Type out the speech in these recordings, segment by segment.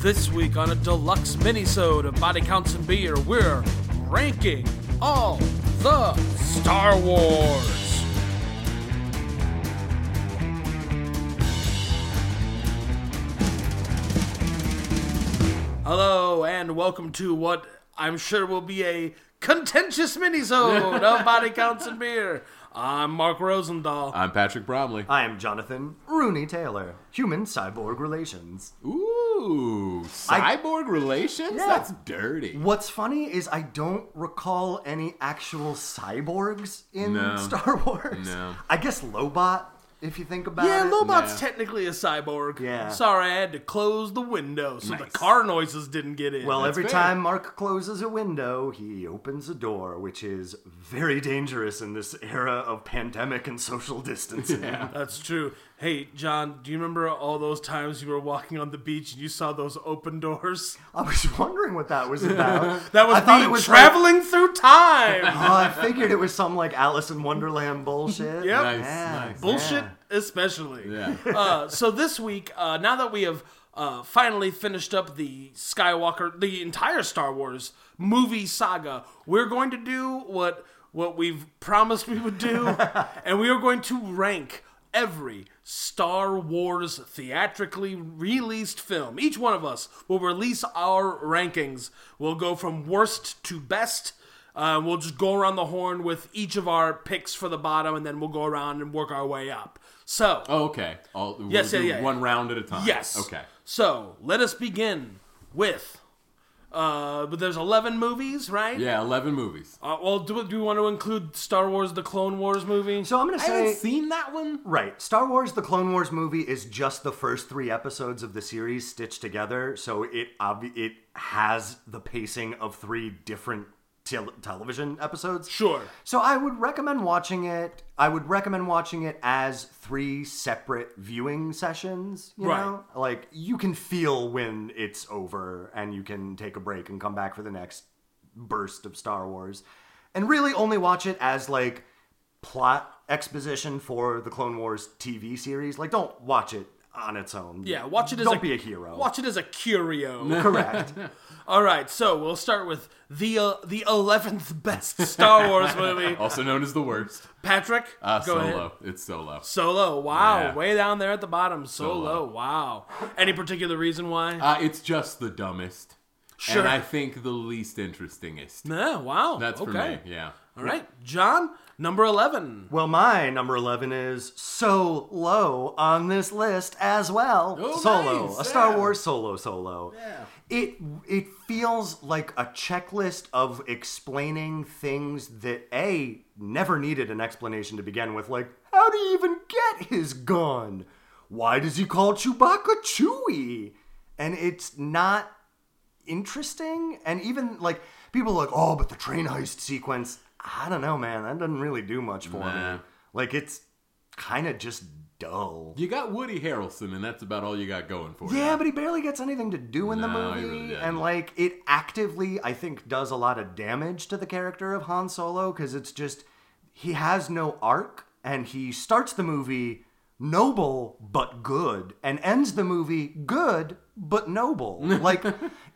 This week on a deluxe minisode of Body Counts and Beer, we're ranking all the Star Wars. Hello and welcome to what I'm sure will be a contentious minisode of Body Counts and Beer. I'm Mark Rosendahl. I'm Patrick Bromley. I am Jonathan Rooney Taylor, human cyborg relations. Ooh, cyborg relations? Yeah. That's dirty. What's funny is I don't recall any actual cyborgs in No. Star Wars. No. I guess Lobot, if you think about Yeah, it. Lobot's Yeah. technically a cyborg. Yeah. Sorry, I had to close the window so the Nice. car noises didn't get in. Well, That's every fair. time Mark closes a window, he opens a door, which is very dangerous in this era of pandemic and social distancing. that's true. Hey, John, do you remember all those times you were walking on the beach and you saw those open doors? I was wondering what that was about. That was I thought me it was traveling through time. Like, oh, I figured it was some like Alice in Wonderland bullshit. Yep. Nice, Yeah. nice. Bullshit, especially. Yeah. uh, so this week, uh, now that we have uh, finally finished up the Skywalker, the entire Star Wars movie saga, we're going to do what what we've promised we would do, and we are going to rank every Star Wars theatrically released film. Each one of us will release our rankings. We'll go from worst to best. Uh, we'll just go around the horn with each of our picks for the bottom, and then we'll go around and work our way up. So, Oh, okay. I'll, we'll Yes, yeah, do yeah, one yeah. round at a time. Yes. Okay. So let us begin with. Uh, but there's 11 movies, right? Yeah, 11 movies. Uh, well, do, do you want to include Star Wars: The Clone Wars movie? So I'm gonna I say haven't seen that one. Right. Star Wars The Clone Wars movie is just the first three episodes of the series stitched together, so it obvi- it has the pacing of three different tel- television episodes. Sure. So I would recommend watching it. I would recommend watching it as three separate viewing sessions, you Right. know? Like you can feel when it's over and you can take a break and come back for the next burst of Star Wars. And really only watch it as like plot exposition for the Clone Wars TV series. Like don't watch it on its own. Yeah, watch it as Don't a, be a hero. Watch it as a curio. Correct. All right, so we'll start with the uh, the eleventh best Star Wars movie. Also known as the worst. Patrick, Uh, go solo. ahead. It's solo. Solo. Wow, Yeah. way down there at the bottom. Solo. Solo. Wow. Any particular reason why? Uh, it's just the dumbest. Sure. And I think the least interestingest. no. Wow. That's okay. for me. Yeah. All right, John, number eleven. Well, my number 11 is so low on this list as well. Oh, solo, nice, a Star yeah. Wars solo solo. Yeah. It it feels like a checklist of explaining things that A never needed an explanation to begin with, like how do you even get his gun? Why does he call Chewbacca Chewie? And it's not interesting and even like people are like oh but the train heist sequence i don't know man that doesn't really do much for Nah. me like it's kind of just dull You got Woody Harrelson, and that's about all you got going for yeah you. but he barely gets anything to do in the No, movie he really doesn't. and like it actively i think does a lot of damage to the character of han solo because it's just he has no arc and he starts the movie noble but good and ends the movie good but noble like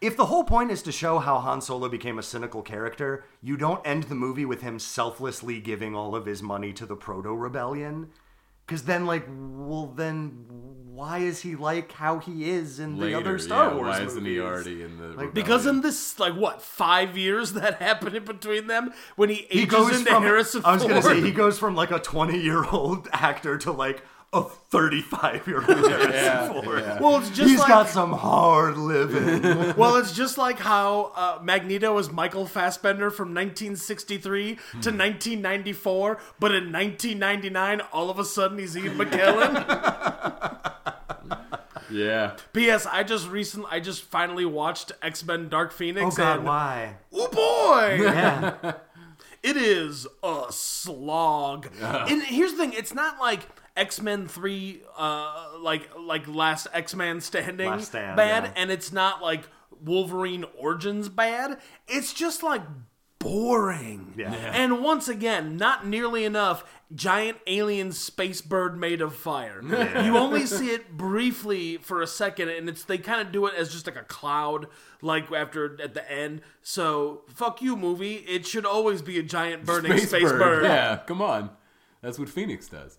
if the whole point is to show how han solo became a cynical character you don't end the movie with him selflessly giving all of his money to the proto rebellion because then like well then why is he like how he is in Later, the other star yeah, wars Why isn't he movies? already in the. Because rebellion? in this, like, what five years that happened in between them when he ages he goes into from Harrison I was Ford. gonna say he goes from like a 20 year old actor to like a 35 year old Harrison Ford. well, it's just He's like got some hard living. well, it's just like how uh, Magneto was Michael Fassbender from 1963 to Hmm. 1994, but in 1999, all of a sudden he's Ian McKellen. Yeah. P.S. I just recently, I just finally watched X Men: Dark oh Phoenix. God, and, why? oh boy! Yeah, it is a slog. And here's the thing: it's not like X Men Three, uh, like like Last X Man Standing Last Stand, bad, yeah. and it's not like Wolverine Origins bad. It's just like boring. Yeah. Yeah. And once again, not nearly enough giant alien space bird made of fire. You only see it briefly for a second and it's they kind of do it as just like a cloud like after at the end. So, fuck you movie, it should always be a giant burning space, bird. Yeah, come on. That's what Phoenix does.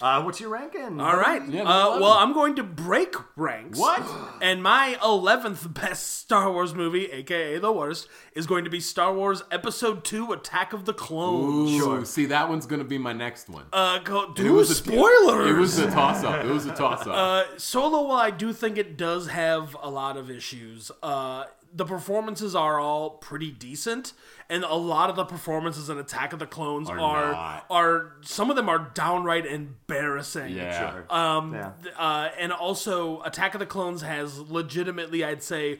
Uh, what's your ranking? All right. Yeah, uh, number well, 11. I'm going to break ranks. What? And my 11th best Star Wars movie, aka the worst, is going to be Star Wars Episode 2 Attack of the Clones. Ooh, see, that one's gonna be my next one. Uh, go, And do a- spoilers! it was a toss-up. It was a toss-up. Uh, Solo, while I do think it does have a lot of issues, uh, the performances are all pretty decent, and a lot of the performances in Attack of the Clones are are, not. some of them are downright embarrassing. yeah. Um, yeah. uh, and also Attack of the Clones has legitimately, I'd say,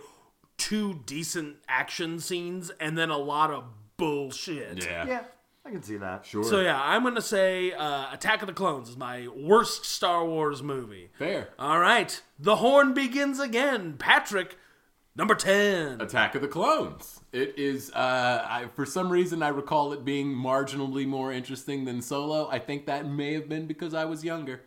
two decent action scenes and then a lot of bullshit. yeah. yeah, I can see that. Sure. So yeah, I'm gonna say uh, Attack of the Clones is my worst Star Wars movie. Fair. All right, the horn begins again. Patrick, number ten. Attack of the Clones. It is, uh, I, for some reason, I recall it being marginally more interesting than Solo. I think that may have been because I was younger.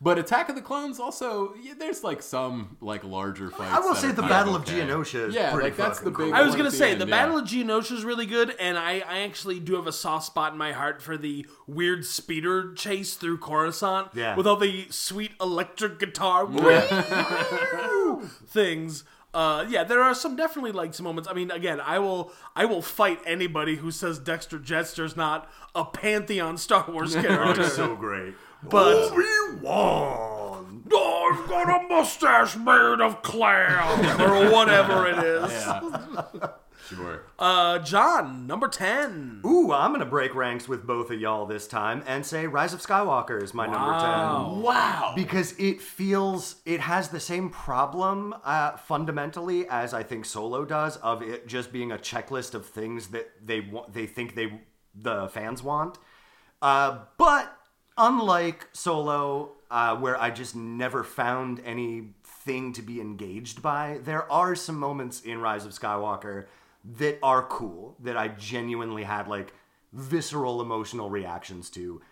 But Attack of the Clones also, yeah, there's like some like larger fights. I will that say are the kind Battle of of okay. Geonosia is Yeah, pretty like, that's the fucking big cool. I was one at gonna the say end, the yeah. Battle of Geonosia is really good, and I, I actually do have a soft spot in my heart for the weird speeder chase through Coruscant, Yeah. with all the sweet electric guitar things. Uh, yeah, there are some definitely like some moments. I mean, again, I will I will fight anybody who says Dexter Jetster's not a pantheon Star Wars character. so great. But- Obi-Wan! oh, I've got a mustache made of clam or whatever it is. Sure. Uh, John, number ten. Ooh, I'm gonna break ranks with both of y'all this time and say Rise of Skywalker is my number 10. wow. Because it feels, it has the same problem uh, fundamentally as I think Solo does of it just being a checklist of things that they want, they think they the fans want. Uh, but unlike Solo, uh, where I just never found anything to be engaged by, there are some moments in Rise of Skywalker that are cool that I genuinely had like visceral emotional reactions to.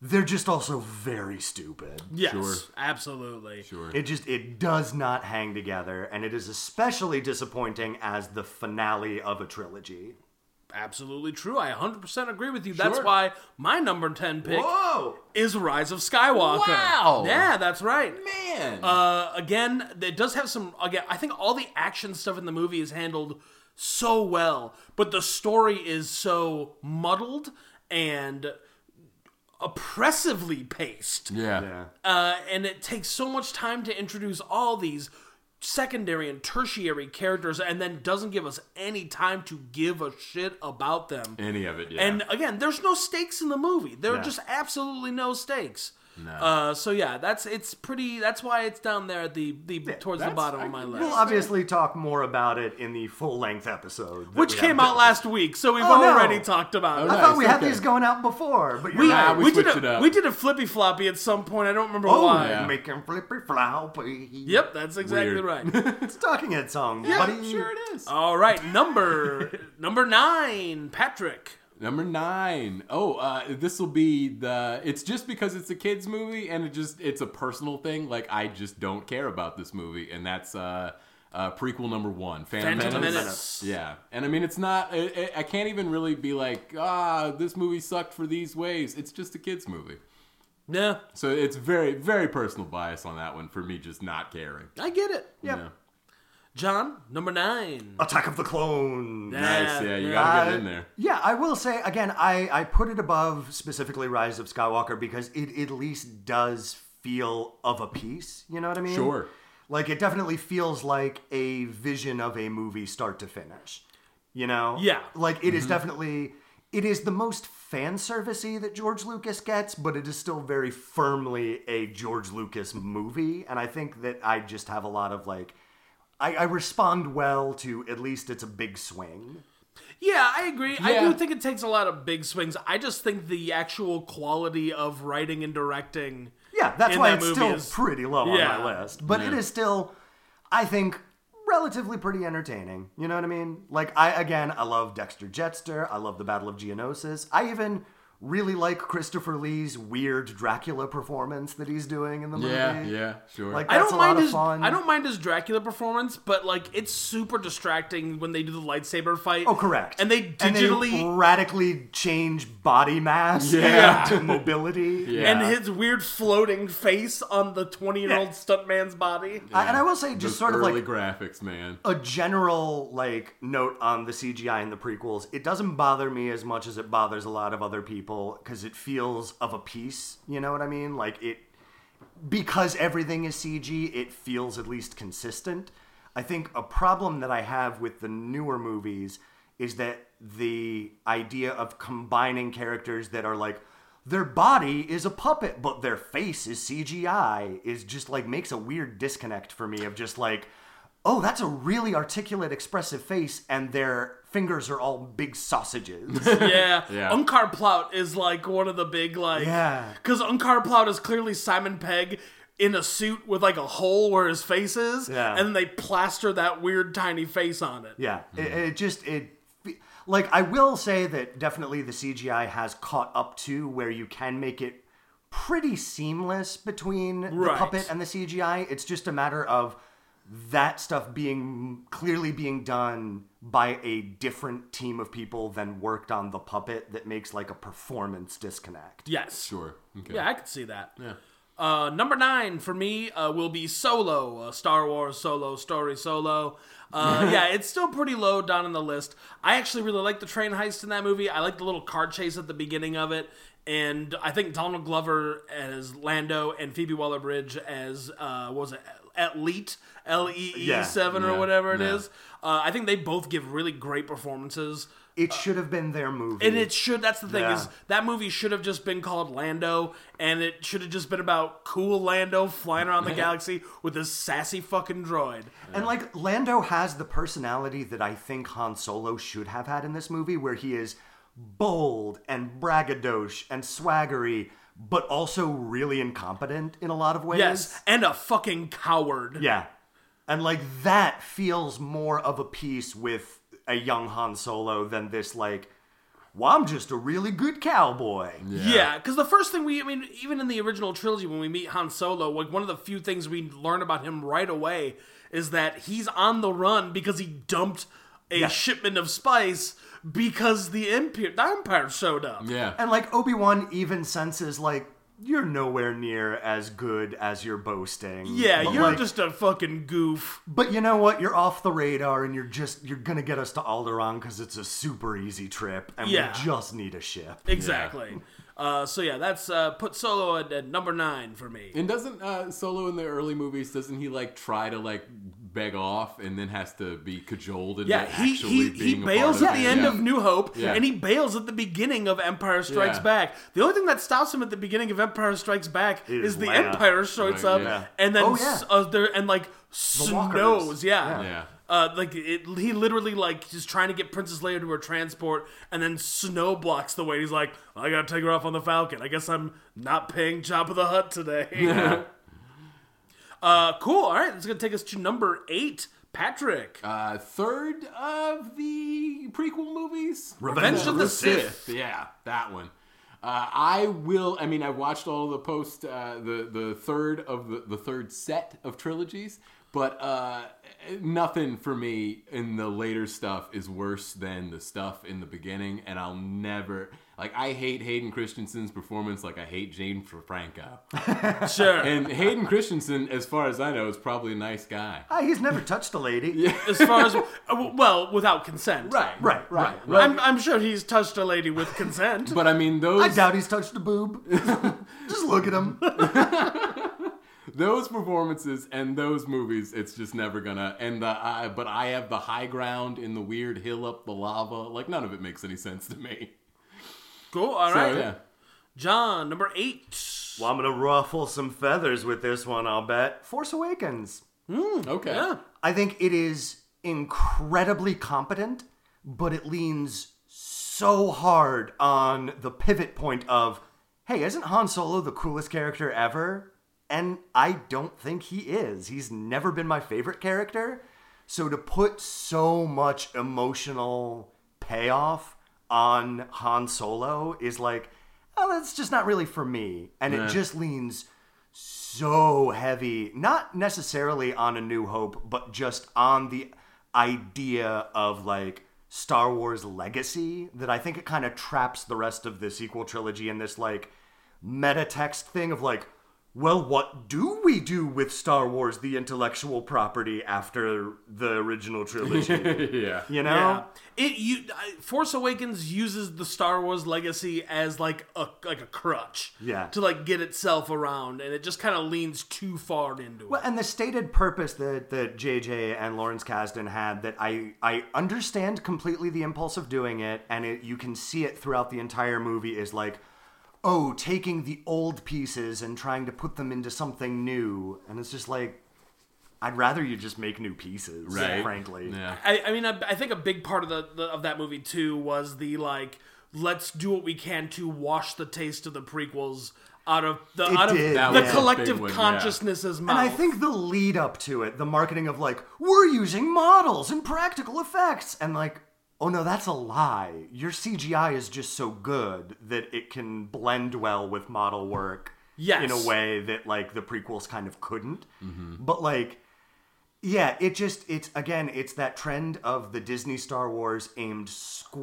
They're just also very stupid. Yes, Sure. absolutely. Sure. It just it does not hang together, and it is especially disappointing as the finale of a trilogy. Absolutely true. I 100% agree with you. That's Sure. why my number 10 pick Whoa! is Rise of Skywalker. Wow. Yeah, that's right. Man. Uh, again, it does have some. Again, I think all the action stuff in the movie is handled so well, but the story is so muddled and oppressively paced. yeah. Yeah. uh, and it takes so much time to introduce all these secondary and tertiary characters and then doesn't give us any time to give a shit about them Any of it. Yeah. and again there's no stakes in the movie there are No. just absolutely no stakes uh, so yeah that's it's pretty that's why it's down there at the, the towards the that's- bottom I- of my list We'll obviously talk more about it in the full length episode, that which we came have. out last week so we've Oh, no. already talked about Oh, it I thought Nice, we had okay. these going out before, but you're we, right. Nah, we we, did switched it a, up. we did a flippy floppy at some point i don't remember Oh, why yeah. making flippy floppy. yep that's exactly Weird. right It's a talking head song, yeah, buddy. sure it is. All right, number number nine, Patrick. Number nine. Oh, uh, this will be the. It's just because it's a kids movie, and it just it's a personal thing. Like I just don't care about this movie, and that's uh, uh prequel number one, Phantom, Phantom Menace. Menace. Yeah, and I mean it's not. I- I I can't even really be like, ah, this movie sucked for these ways. It's just a kids movie, Yeah, so it's very very personal bias on that one for me, just not caring. I get it. Yep. Yeah. John, number nine. Attack of the Clones. Nice. Yeah, you yeah. gotta get it in there. Yeah, I will say again, I, I put it above specifically Rise of Skywalker because it at least does feel of a piece. You know what I mean? Sure. Like it definitely feels like a vision of a movie start to finish. You know? Yeah. Like it is definitely it is the most fan servicey that George Lucas gets, but it is still very firmly a George Lucas movie. And I think that I just have a lot of like I, I respond well to at least it's a big swing. Yeah, I agree. I Yeah. do think it takes a lot of big swings. I just think the actual quality of writing and directing. Yeah, that's in why that it's movie still is- pretty low Yeah. on my list. But it is still, I think, relatively pretty entertaining. You know what I mean? Like I again, I love Dexter Jetster. I love the Battle of Geonosis. I even really like Christopher Lee's weird Dracula performance that he's doing in the movie. Yeah, yeah, sure. Like I that's don't a mind lot his of fun. I don't mind his Dracula performance, but like it's super distracting when they do the lightsaber fight. Oh, correct. And they digitally and, radically change body mass Yeah. to mobility. Yeah. his weird floating face on the twenty-year-old stuntman's body. I- and I will say, just Those sort of early like graphics, man. a general like note on the CGI in the prequels, it doesn't bother me as much as it bothers a lot of other people because it feels of a piece. You know what I mean? Like it because everything is CG, it feels at least consistent. I think a problem that I have with the newer movies is that the idea of combining characters that are like their body is a puppet but their face is CGI is just like makes a weird disconnect for me of just like oh that's a really articulate expressive face and their fingers are all big sausages. Yeah. Yeah. Unkar Plaut is like one of the big like Yeah. Cuz Unkar Plaut is clearly Simon Pegg in a suit with like a hole where his face is Yeah. and they plaster that weird tiny face on it. Yeah, it, it just it fe- like I will say that definitely the CGI has caught up to where you can make it pretty seamless between the Right. puppet and the CGI. It's just a matter of that stuff being clearly being done by a different team of people than worked on the puppet that makes like a performance disconnect. Yes. Sure. Okay. Yeah, I could see that. Yeah. Uh, number nine for me uh, will be Solo, uh, Star Wars Solo, Story Solo. Uh, yeah, it's still pretty low down on the list. I actually really like the train heist in that movie. I like the little car chase at the beginning of it. And I think Donald Glover as Lando and Phoebe Waller Bridge as, uh, what was it, Elite? L E E Yeah, 7 yeah, or whatever it is. yeah. Uh, I think they both give really great performances. It should have been their movie. Uh, And it should. That's the thing Mm. Yeah. is that movie should have just been called Lando, and it should have just been about cool Lando flying around the galaxy with this sassy fucking droid. And like Lando has the personality that I think Han Solo should have had in this movie, where he is bold and braggadoche and swaggery, but also really incompetent in a lot of ways. Yes, and a fucking coward. Yeah. And like that feels more of a piece with a young Han Solo than this like, well, I'm just a really good cowboy. Yeah, because the first thing we, I mean, even in the original trilogy, when we meet Han Solo, like one of the few things we learn about him right away is that he's on the run because he dumped a shipment of spice because the empire, the empire showed up. Yeah. And like Obi Wan even senses like you're nowhere near as good as you're boasting. Yeah, But, you're like, just a fucking goof. But you know what? You're off the radar, and you're just you're gonna get us to Alderaan because it's a super easy trip, and Yeah. we just need a ship. Exactly. Uh, so yeah, that's uh, put Solo at, at number nine for me. And doesn't uh, Solo in the early movies doesn't he like try to like beg off and then has to be cajoled into Yeah, he, actually he, being he a bails part at the it? end Yeah. of New Hope, Yeah. and he bails at the beginning of Empire Strikes Yeah. Back. The only thing that stops him at the beginning of Empire Strikes Back is, Is the Leia. Empire shows Right, up, yeah. and then Oh, yeah. s- uh, there and like walkers. snows. Yeah, Yeah. Yeah. Uh, like it, he literally like is trying to get Princess Leia to her transport, and then snow blocks the way. He's like, I gotta take her off on the Falcon. I guess I'm not paying Job of the Hut today. Uh, cool. All right, that's gonna take us to number eight, Patrick. Uh, third of the prequel movies, Revenge of the Sith. Yeah, that one. Uh, I will. I mean, I watched all the post, uh, the the third of the, the third set of trilogies, but uh, nothing for me in the later stuff is worse than the stuff in the beginning, and I'll never like. I hate Hayden Christensen's performance, like I hate Jane Franco. sure. And Hayden Christensen, as far as I know, is probably a nice guy. Ah, he's never touched a lady. as far as uh, w- well, without consent. Right, Right, right. I'm, I'm sure he's touched a lady with consent. But I mean, those I doubt he's touched a boob. just look at him. those performances and those movies it's just never gonna and the I, but i have the high ground in the weird hill up the lava like none of it makes any sense to me cool. All so right. yeah John, number eight. Well, I'm gonna ruffle some feathers with this one. I'll bet. Force Awakens. okay Yeah. I think it is incredibly competent, but it leans so hard on the pivot point of, hey, isn't Han Solo the coolest character ever? And I don't think he is. He's never been my favorite character. So to put so much emotional payoff on Han Solo is like, oh, that's just not really for me. And it just leans so heavy, not necessarily on A New Hope, but just on the idea of like Star Wars legacy that I think it kind of traps the rest of the sequel trilogy in this like meta text thing of like, well, what do we do with Star Wars, the intellectual property, after the original trilogy? yeah. you know? Yeah. It you I- Force Awakens uses the Star Wars legacy as like a like a crutch. Yeah. To like get itself around and it just kind of leans too far into it. Well, and the stated purpose that that JJ and Lawrence Kasdan had that I I understand completely the impulse of doing it, and it, you can see it throughout the entire movie is like, oh, taking the old pieces and trying to put them into something new, and it's just like, I'd rather you just make new pieces, Right. frankly. Yeah. I, I mean, I, I think a big part of the, the of that movie too was the like, let's do what we can to wash the taste of the prequels out of the It out did, That of the was a collective big one, yeah. consciousness as mouth. And I think the lead up to it, the marketing of like, we're using models and practical effects, and like, oh no, that's a lie. Your CGI is just so good that it can blend well with model work Yes. in a way that like the prequels kind of couldn't. But like, yeah, it just, it's again, it's that trend of the Disney Star Wars aimed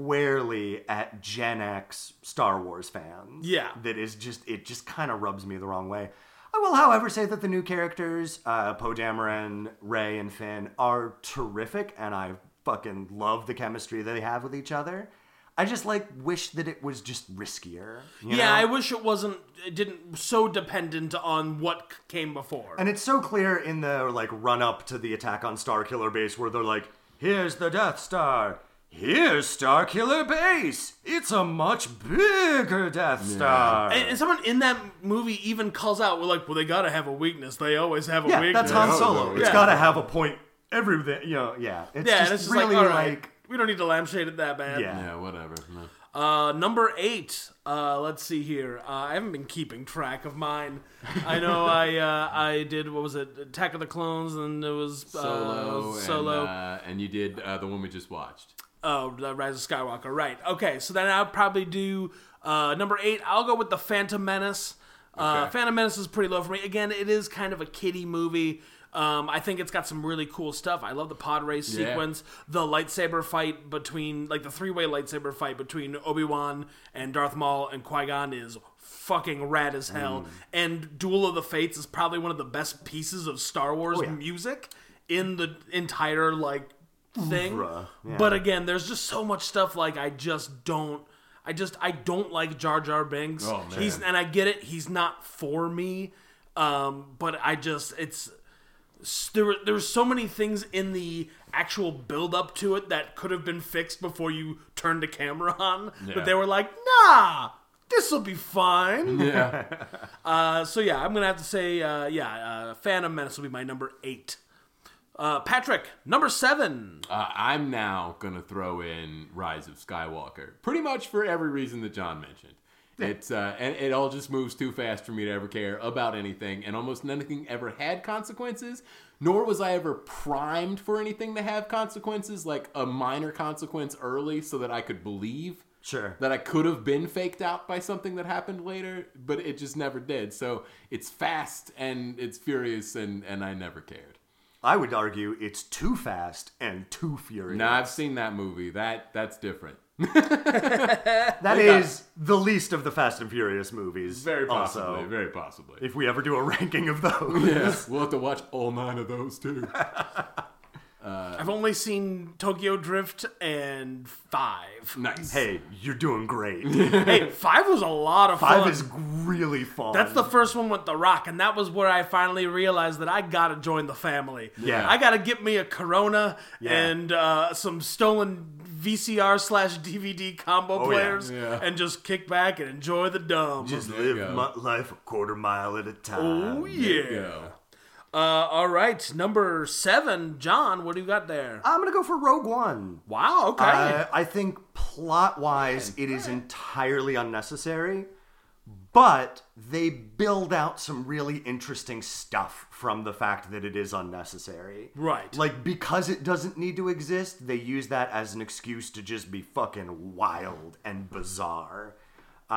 squarely at Gen X Star Wars fans Yeah. that is just it just kind of rubs me the wrong way. I will, however, say that the new characters, uh, Poe Dameron, Ray, and Finn, are terrific, and I fucking love the chemistry that they have with each other. I just like wish that it was just riskier. you yeah, know? I wish it wasn't it didn't so dependent on what c- came before. And it's so clear in the like run up to the attack on Star Killer Base where they're like, "Here's the Death Star. Here's Star Killer Base. It's a much bigger Death Star." and, and someone in that movie even calls out, "We're like, well, they gotta have a weakness. They always have a Yeah, weakness." that's Han Yeah. Solo. It's Yeah. got to have a point. Everything, you know, yeah. It's yeah, just and it's just really like, like, all right, we don't need to lampshade it that bad. yeah. Yeah, whatever. No. Uh, number eight. Uh, let's see here. Uh, I haven't been keeping track of mine. I know I uh, I did what was it? Attack of the Clones, and it was uh, Solo, Solo. And, uh, and you did uh, the one we just watched. Oh, the Rise of Skywalker. Right. Okay. So then I'll probably do uh, number eight. I'll go with the Phantom Menace. Uh, Okay. Phantom Menace is pretty low for me. Again, it is kind of a kiddie movie. Um, I think it's got some really cool stuff. I love the pod race Yeah. sequence, the lightsaber fight between, like the three way lightsaber fight between Obi Wan and Darth Maul and Qui Gon is fucking rad as hell. And Duel of the Fates is probably one of the best pieces of Star Wars yeah. music in the entire like thing. Oeuvre, yeah. But again, there's just so much stuff like I just don't. I just I don't like Jar Jar Binks. Oh, man. He's and I get it. He's not for me. Um, but I just it's s- there were there were so many things in the actual build up to it that could have been fixed before you turned the camera on. Yeah. Mm-hmm. But they were like, nah, this will be fine. Yeah. Uh, so yeah, I'm gonna have to say uh, yeah, uh, Phantom Menace will be my number eight. Uh, Patrick, number seven. Uh, I'm now gonna throw in Rise of Skywalker, pretty much for every reason that John mentioned. It's uh, and it all just moves too fast for me to ever care about anything, and almost nothing ever had consequences. Nor was I ever primed for anything to have consequences, like a minor consequence early, so that I could believe Sure. that I could have been faked out by something that happened later, but it just never did. So it's fast and it's furious, and and I never cared. I would argue it's too fast and too furious. Now I've seen that movie. That that's different. that is the least of the Fast and Furious movies. Very possibly. Also, Very possibly. if we ever do a ranking of those, yes, we'll have to watch all nine of those too. I've only seen Tokyo Drift and Five. nice. hey, you're doing great. hey, Five was a lot of Five fun. is really fun. That's the first one with The Rock, and that was where I finally realized that I gotta join the family. Yeah. I gotta get me a Corona Yeah. and uh, some stolen VCR slash DVD combo Oh, yeah. players, Yeah. and just kick back and enjoy the dumb. just There you live go. my life a quarter mile at a time. oh yeah. Go. Uh, all right, number seven, John. What do you got there? I'm gonna go for Rogue One. wow. Okay. Uh, I think plot wise, it is entirely unnecessary. but they build out some really interesting stuff from the fact that it is unnecessary. Right. Like because it doesn't need to exist, they use that as an excuse to just be fucking wild and bizarre. Uh,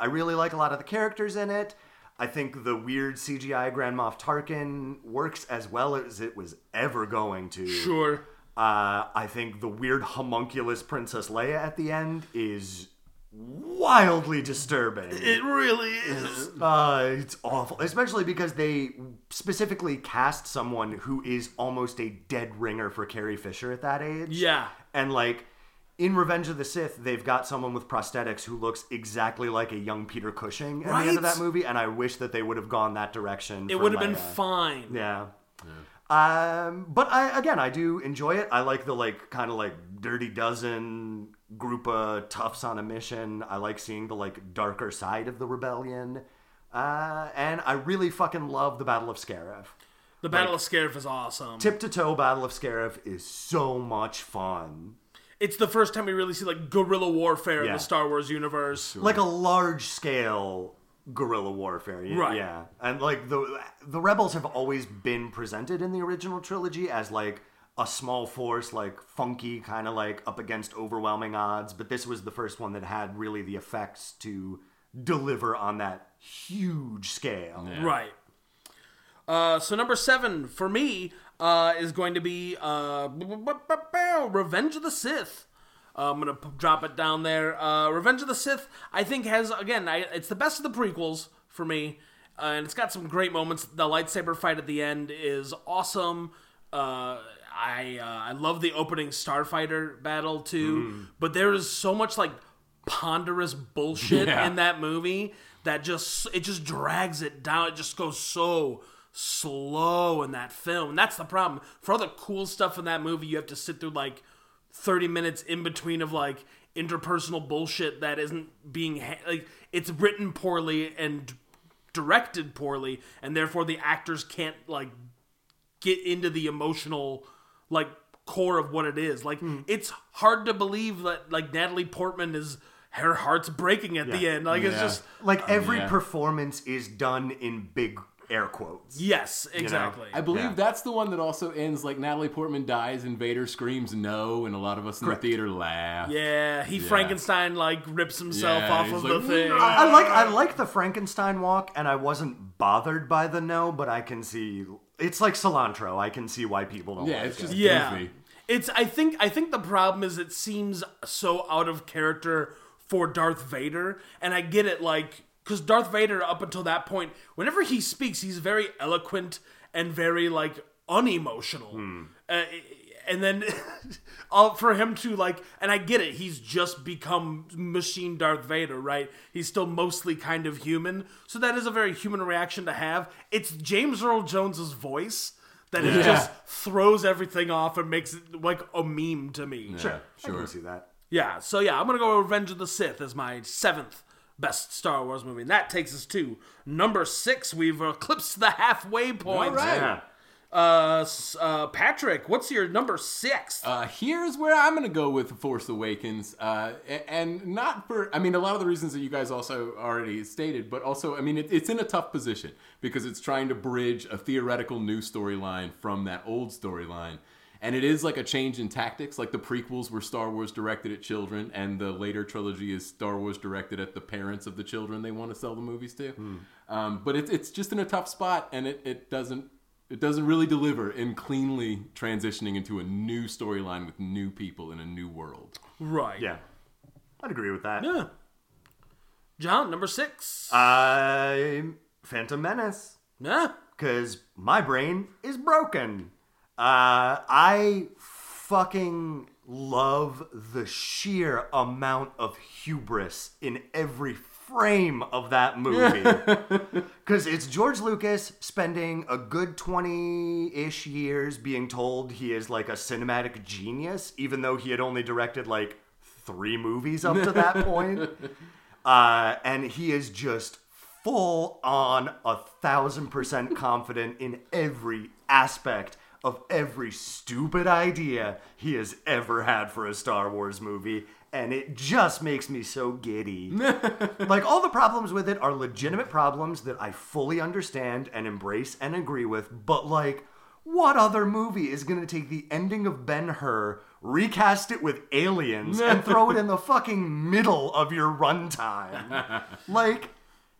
I really like a lot of the characters in it. I think the weird CGI Grand Moff Tarkin works as well as it was ever going to. Sure. Uh, I think the weird homunculus Princess Leia at the end is wildly disturbing. It really is. Uh, it's awful, especially because they specifically cast someone who is almost a dead ringer for Carrie Fisher at that age. Yeah. and like in Revenge of the Sith, they've got someone with prosthetics who looks exactly like a young Peter Cushing at the end of Right? that movie, and I wish that they would have gone that direction. It for would have been Leia. fine. Yeah. Um, but I again, I do enjoy it. I like the like kind of like Dirty Dozen group of toughs on a mission. I like seeing the like darker side of the rebellion, uh, and I really fucking love the Battle of Scarif. The Battle of Scarif is awesome. Tip to toe Battle of Scarif is so much fun. It's the first time we really see like guerrilla warfare in Yeah. the Star Wars universe. like a large scale guerrilla warfare yeah, Right. yeah and like the the rebels have always been presented in the original trilogy as like a small force like funky kind of like up against overwhelming odds but this was the first one that had really the effects to deliver on that huge scale Right. Uh, so number seven for me uh, is going to be uh, Revenge of the Sith. Uh, I'm gonna p- drop it down there. Uh, Revenge of the Sith, I think, has again, I, it's the best of the prequels for me, uh, and it's got some great moments. The lightsaber fight at the end is awesome. Uh, I uh, I love the opening starfighter battle too, but there is so much like ponderous bullshit Yeah. in that movie that just it just drags it down. It just goes so slow in that film, and that's the problem. For all the cool stuff in that movie, you have to sit through like thirty minutes in between of like interpersonal bullshit that isn't being ha- like it's written poorly and directed poorly, and therefore the actors can't like get into the emotional like core of what it is. Like it's hard to believe that like Natalie Portman is her heart's breaking at the Yeah. end. Like it's Yeah. just like every yeah. performance is done in big air quotes yes, exactly. I believe Yeah. that's the one that also ends like Natalie Portman dies and Vader screams no, and a lot of us in the theater laugh. yeah, he Frankenstein like rips himself Yeah, off he's of like, the thing. I like I like the Frankenstein walk, and I wasn't bothered by the no, but I can see it's like cilantro. I can see why people don't. Yeah, like it's it. just yeah. goofy. It's I think I think the problem is it seems so out of character for Darth Vader and I get it like cuz Darth Vader up until that point whenever he speaks he's very eloquent and very like unemotional. Hmm. Uh, and then uh, for him to like and I get it he's just become machine Darth Vader, right? He's still mostly kind of human. So that is a very human reaction to have. It's James Earl Jones's voice that is Yeah. just throws everything off and makes it like a meme to me. Yeah. Sure. I Sure. can see that. so yeah, I'm gonna go Revenge of the Sith as my seventh best Star Wars movie. And that takes us to number six. We've eclipsed the halfway point. All right. Yeah. Uh, s- uh, Patrick, what's your number six? Uh, here's where I'm going to go with Force Awakens. Uh, a- and not for, I mean, a lot of the reasons that you guys also already stated, but also, I mean, it, it's in a tough position because it's trying to bridge a theoretical new storyline from that old storyline. And it is like a change in tactics. Like the prequels were Star Wars directed at children, and the later trilogy is Star Wars directed at the parents of the children they want to sell the movies to. Um, but it, it's just in a tough spot, and it, it doesn't it doesn't really deliver in cleanly transitioning into a new storyline with new people in a new world. right. Yeah, I'd agree with that. Yeah. John, number six. Uh, I'm Phantom Menace yeah. because my brain is broken. Uh, I fucking love the sheer amount of hubris in every frame of that movie. Because it's George Lucas spending a good 20 ish years being told he is like a cinematic genius, even though he had only directed like three movies up to that point. Uh, and he is just full on a thousand percent confident in every aspect of every stupid idea he has ever had for a Star Wars movie, and it just makes me so giddy. like, all the problems with it are legitimate problems that I fully understand and embrace and agree with, but like, what other movie is going to take the ending of Ben Hur, recast it with aliens, and throw it in the fucking middle of your runtime? like,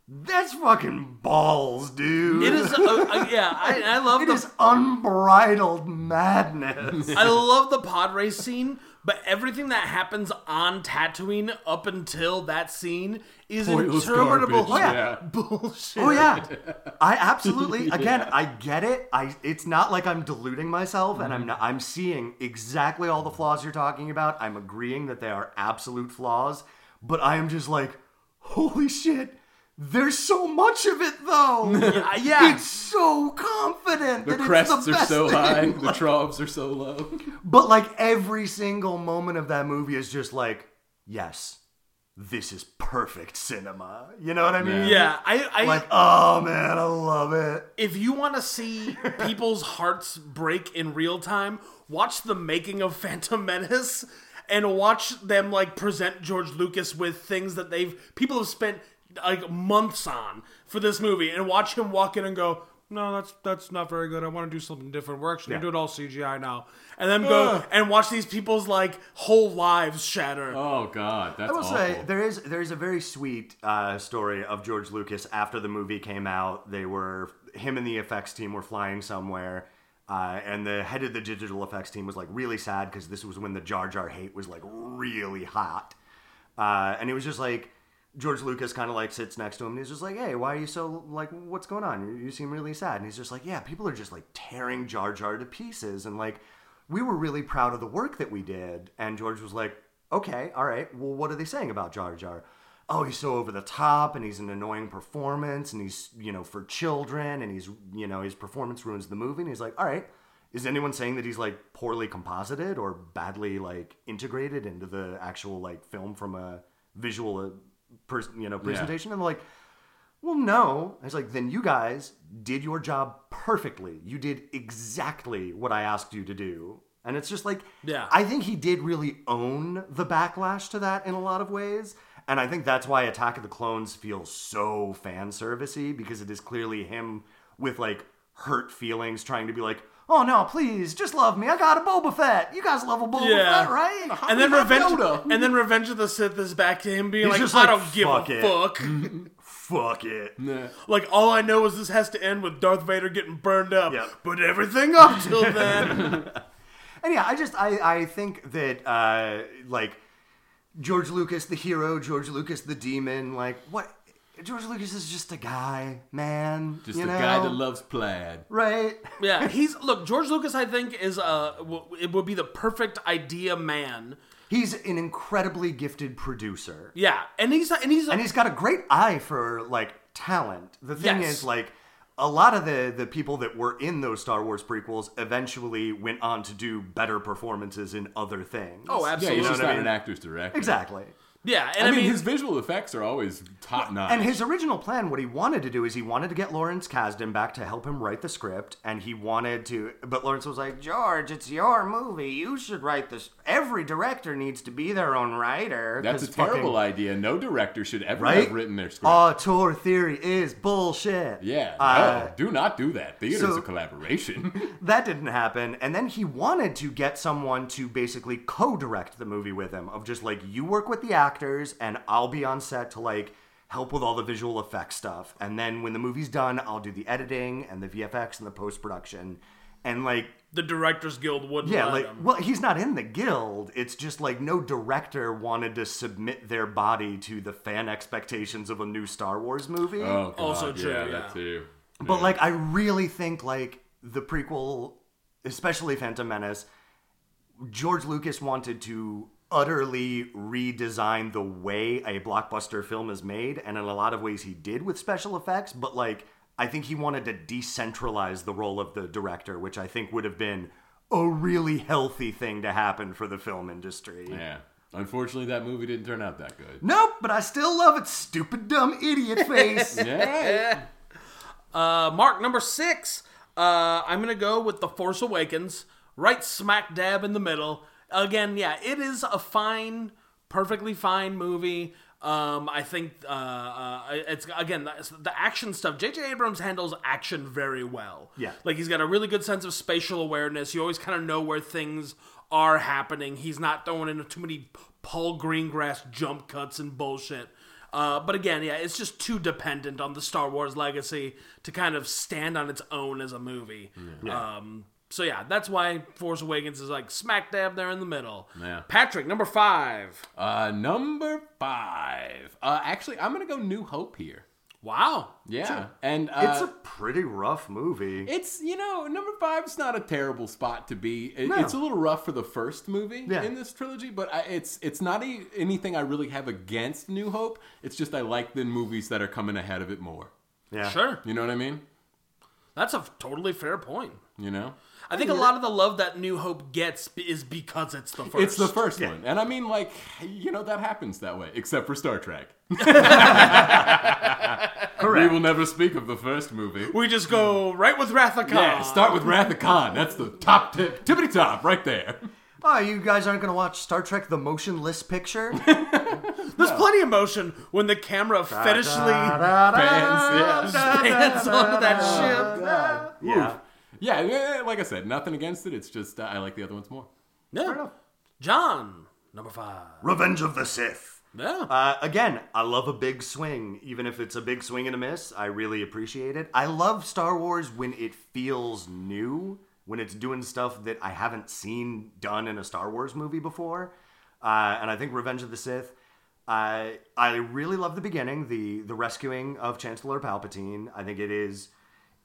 that's fucking balls, dude. It is, uh, uh, yeah, I, I love It the, is unbridled madness. I love the pod race scene, but everything that happens on Tatooine up until that scene is Pointless interminable garbage, yeah. yeah. bullshit. Oh yeah, I absolutely. Again, I get it. I it's not like I'm deluding myself, and Mm-hmm. I'm not, I'm seeing exactly all the flaws you're talking about. I'm agreeing that they are absolute flaws, but I am just like, holy shit. There's so much of it though. Uh, yeah. It's so confident. The that it's crests the are best so thing. high, the troughs are so low. But like every single moment of that movie is just like, yes, this is perfect cinema. You know what I mean? yeah, I, I Like, oh man, I love it. if you want to see people's hearts break in real time, watch the making of Phantom Menace and watch them like present George Lucas with things that they've people have spent like months on for this movie and watch him walk in and go no, that's that's not very good. I want to do something different. We're actually gonna do it all CGI now, and then go Ugh. and watch these people's like whole lives shatter. Oh god, that's I will awful. say there is there is a very sweet uh, story of George Lucas after the movie came out. They were him and the effects team were flying somewhere, uh, and the head of the digital effects team was like really sad because this was when the Jar Jar hate was like really hot, uh, and it was just like George Lucas kind of like sits next to him and he's just like, "Hey, why are you so like? What's going on? You, you seem really sad." And he's just like, "Yeah, people are just like tearing Jar Jar to pieces, and like we were really proud of the work that we did." And George was like, "Okay, all right. Well, what are they saying about Jar Jar?" Oh, he's so over the top, and he's an annoying performance, and he's you know for children, and he's you know his performance ruins the movie. And he's like, "All right." Is anyone saying that he's like poorly composited or badly like integrated into the actual like film from a visual uh, pers- you know presentation and like well no i was like then you guys did your job perfectly you did exactly what i asked you to do and it's just like Yeah. i think he did really own the backlash to that in a lot of ways and i think that's why attack of the clones feels so fan servicey because it is clearly him with like hurt feelings trying to be like oh no please just love me i got a boba fett you guys love a boba Yeah. fett right and then Not Revenge, Yoda. and then Revenge of the Sith is back to him being He's like, just "I like, don't give "Fuck a it." fuck." fuck it Nah. Like all I know is this has to end with Darth Vader getting burned up. Yep. But everything up till then. And yeah, I just I I think that uh like George Lucas the hero, George Lucas the demon, like what George Lucas is just a guy, man. Just you a know? guy that loves plaid. Right. yeah, he's look. George Lucas, I think, is uh, w- it would be the perfect idea man. He's an incredibly gifted producer. Yeah, and he's and he's And he's got a great eye for like talent. The thing Yes. is like a lot of the the people that were in those Star Wars prequels eventually went on to do better performances in other things. oh, Yeah, absolutely. he's Yeah, just what not I an mean? actor's director. Exactly. yeah and I, mean, his visual effects are always top notch. And his original plan, what he wanted to do is he wanted to get Lawrence Kasdan back to help him write the script, and he wanted to. But Lawrence was like, "George, it's your movie. You should write this. Every director needs to be their own writer." That's a 'cause terrible fucking- idea. No director should ever Right? Uh, have written their script. Auteur theory is bullshit. yeah, Oh. Uh, no, do not do that. Theater's so- a collaboration. that didn't happen. And then he wanted to get someone to basically co-direct the movie with him, of just like you work with the actors, and I'll be on set to like help with all the visual effects stuff. And then when the movie's done, I'll do the editing and the VFX and the post production. And like, the Directors Guild wouldn't. yeah, let like, him. well, he's not in the guild. It's just like no director wanted to submit their body to the fan expectations of a new Star Wars movie. oh, God, Also true, Yeah, yeah. that too. But like, I really think like the prequel, especially Phantom Menace, George Lucas wanted to utterly redesign the way a blockbuster film is made, and in a lot of ways he did with special effects. But like, I think he wanted to decentralize the role of the director, which I think would have been a really healthy thing to happen for the film industry. Yeah. Unfortunately, that movie didn't turn out that good. Nope, but I still love it, stupid dumb idiot face. Yeah. Uh, Mark number six. Uh, I'm gonna go with The Force Awakens, right smack dab in the middle. Again, yeah, it is a fine, perfectly fine movie. Um, I think uh, uh, it's again the, the action stuff. J.J. Abrams handles action very well. Yeah. like he's got a really good sense of spatial awareness. You always kind of know where things are happening. He's not throwing in too many Paul Greengrass jump cuts and bullshit. Uh, but again, yeah, it's just too dependent on the Star Wars legacy to kind of stand on its own as a movie. Um, so yeah, that's why Force Awakens is like smack dab there in the middle. Yeah. Patrick, number five. Uh, number five. Uh, actually, I'm gonna go New Hope here. Wow. Yeah, and uh, It's a pretty rough movie. It's you know number five's not a terrible spot to be. It- It's a little rough for the first movie Yeah. in this trilogy, but I, it's it's not a, anything I really have against New Hope. It's just I like the movies that are coming ahead of it more. yeah. Sure. You know what I mean? That's a f- totally fair point. You know, I think a lot of the love that New Hope gets b- is because it's the first. it's the first one, and I mean like you know that happens that way, except for Star Trek. we Correct. will never speak of the first movie. We just go right with Wrath of Khan. Yeah, start with Wrath of Khan. That's the top tip, tippity top, right there. Oh, you guys aren't gonna watch Star Trek: The Motionless Picture? There's plenty of motion when the camera fetishly Fans, yeah. pans on that ship. yeah. Yeah, yeah, yeah, like I said, nothing against it. It's just uh, I like the other ones more. Yeah. John, number five. Revenge of the Sith. Yeah. Uh, again, I love a big swing, even if it's a big swing and a miss. I really appreciate it. I love Star Wars when it feels new, when it's doing stuff that I haven't seen done in a Star Wars movie before. Uh, and I think Revenge of the Sith. I I really love the beginning, the the rescuing of Chancellor Palpatine. I think it is.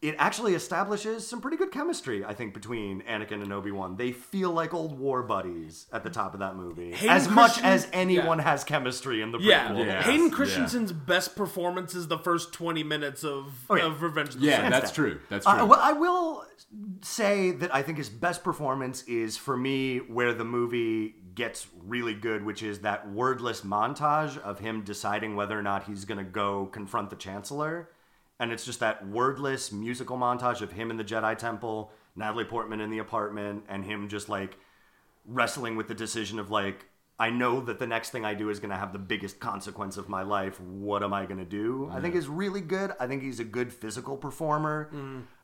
It actually establishes some pretty good chemistry, I think, between Anakin and Obi Wan. They feel like old war buddies at the top of that movie, Hayden as much Christensen- as anyone has chemistry in the Yeah. prequel. Yeah. Hayden Yeah. Christensen's best performance is the first 20 minutes of, yeah. of Revenge of the Oh, Yeah, Sith. that's true. That's true. I, Uh, well, I will say that I think his best performance is for me where the movie gets really good, which is that wordless montage of him deciding whether or not he's going to go confront the Chancellor. And it's just that wordless musical montage of him in the Jedi Temple, Natalie Portman in the apartment, and him just like wrestling with the decision of like I know that the next thing I do is going to have the biggest consequence of my life. What am I going to do? I think is really good. I think he's a good physical performer.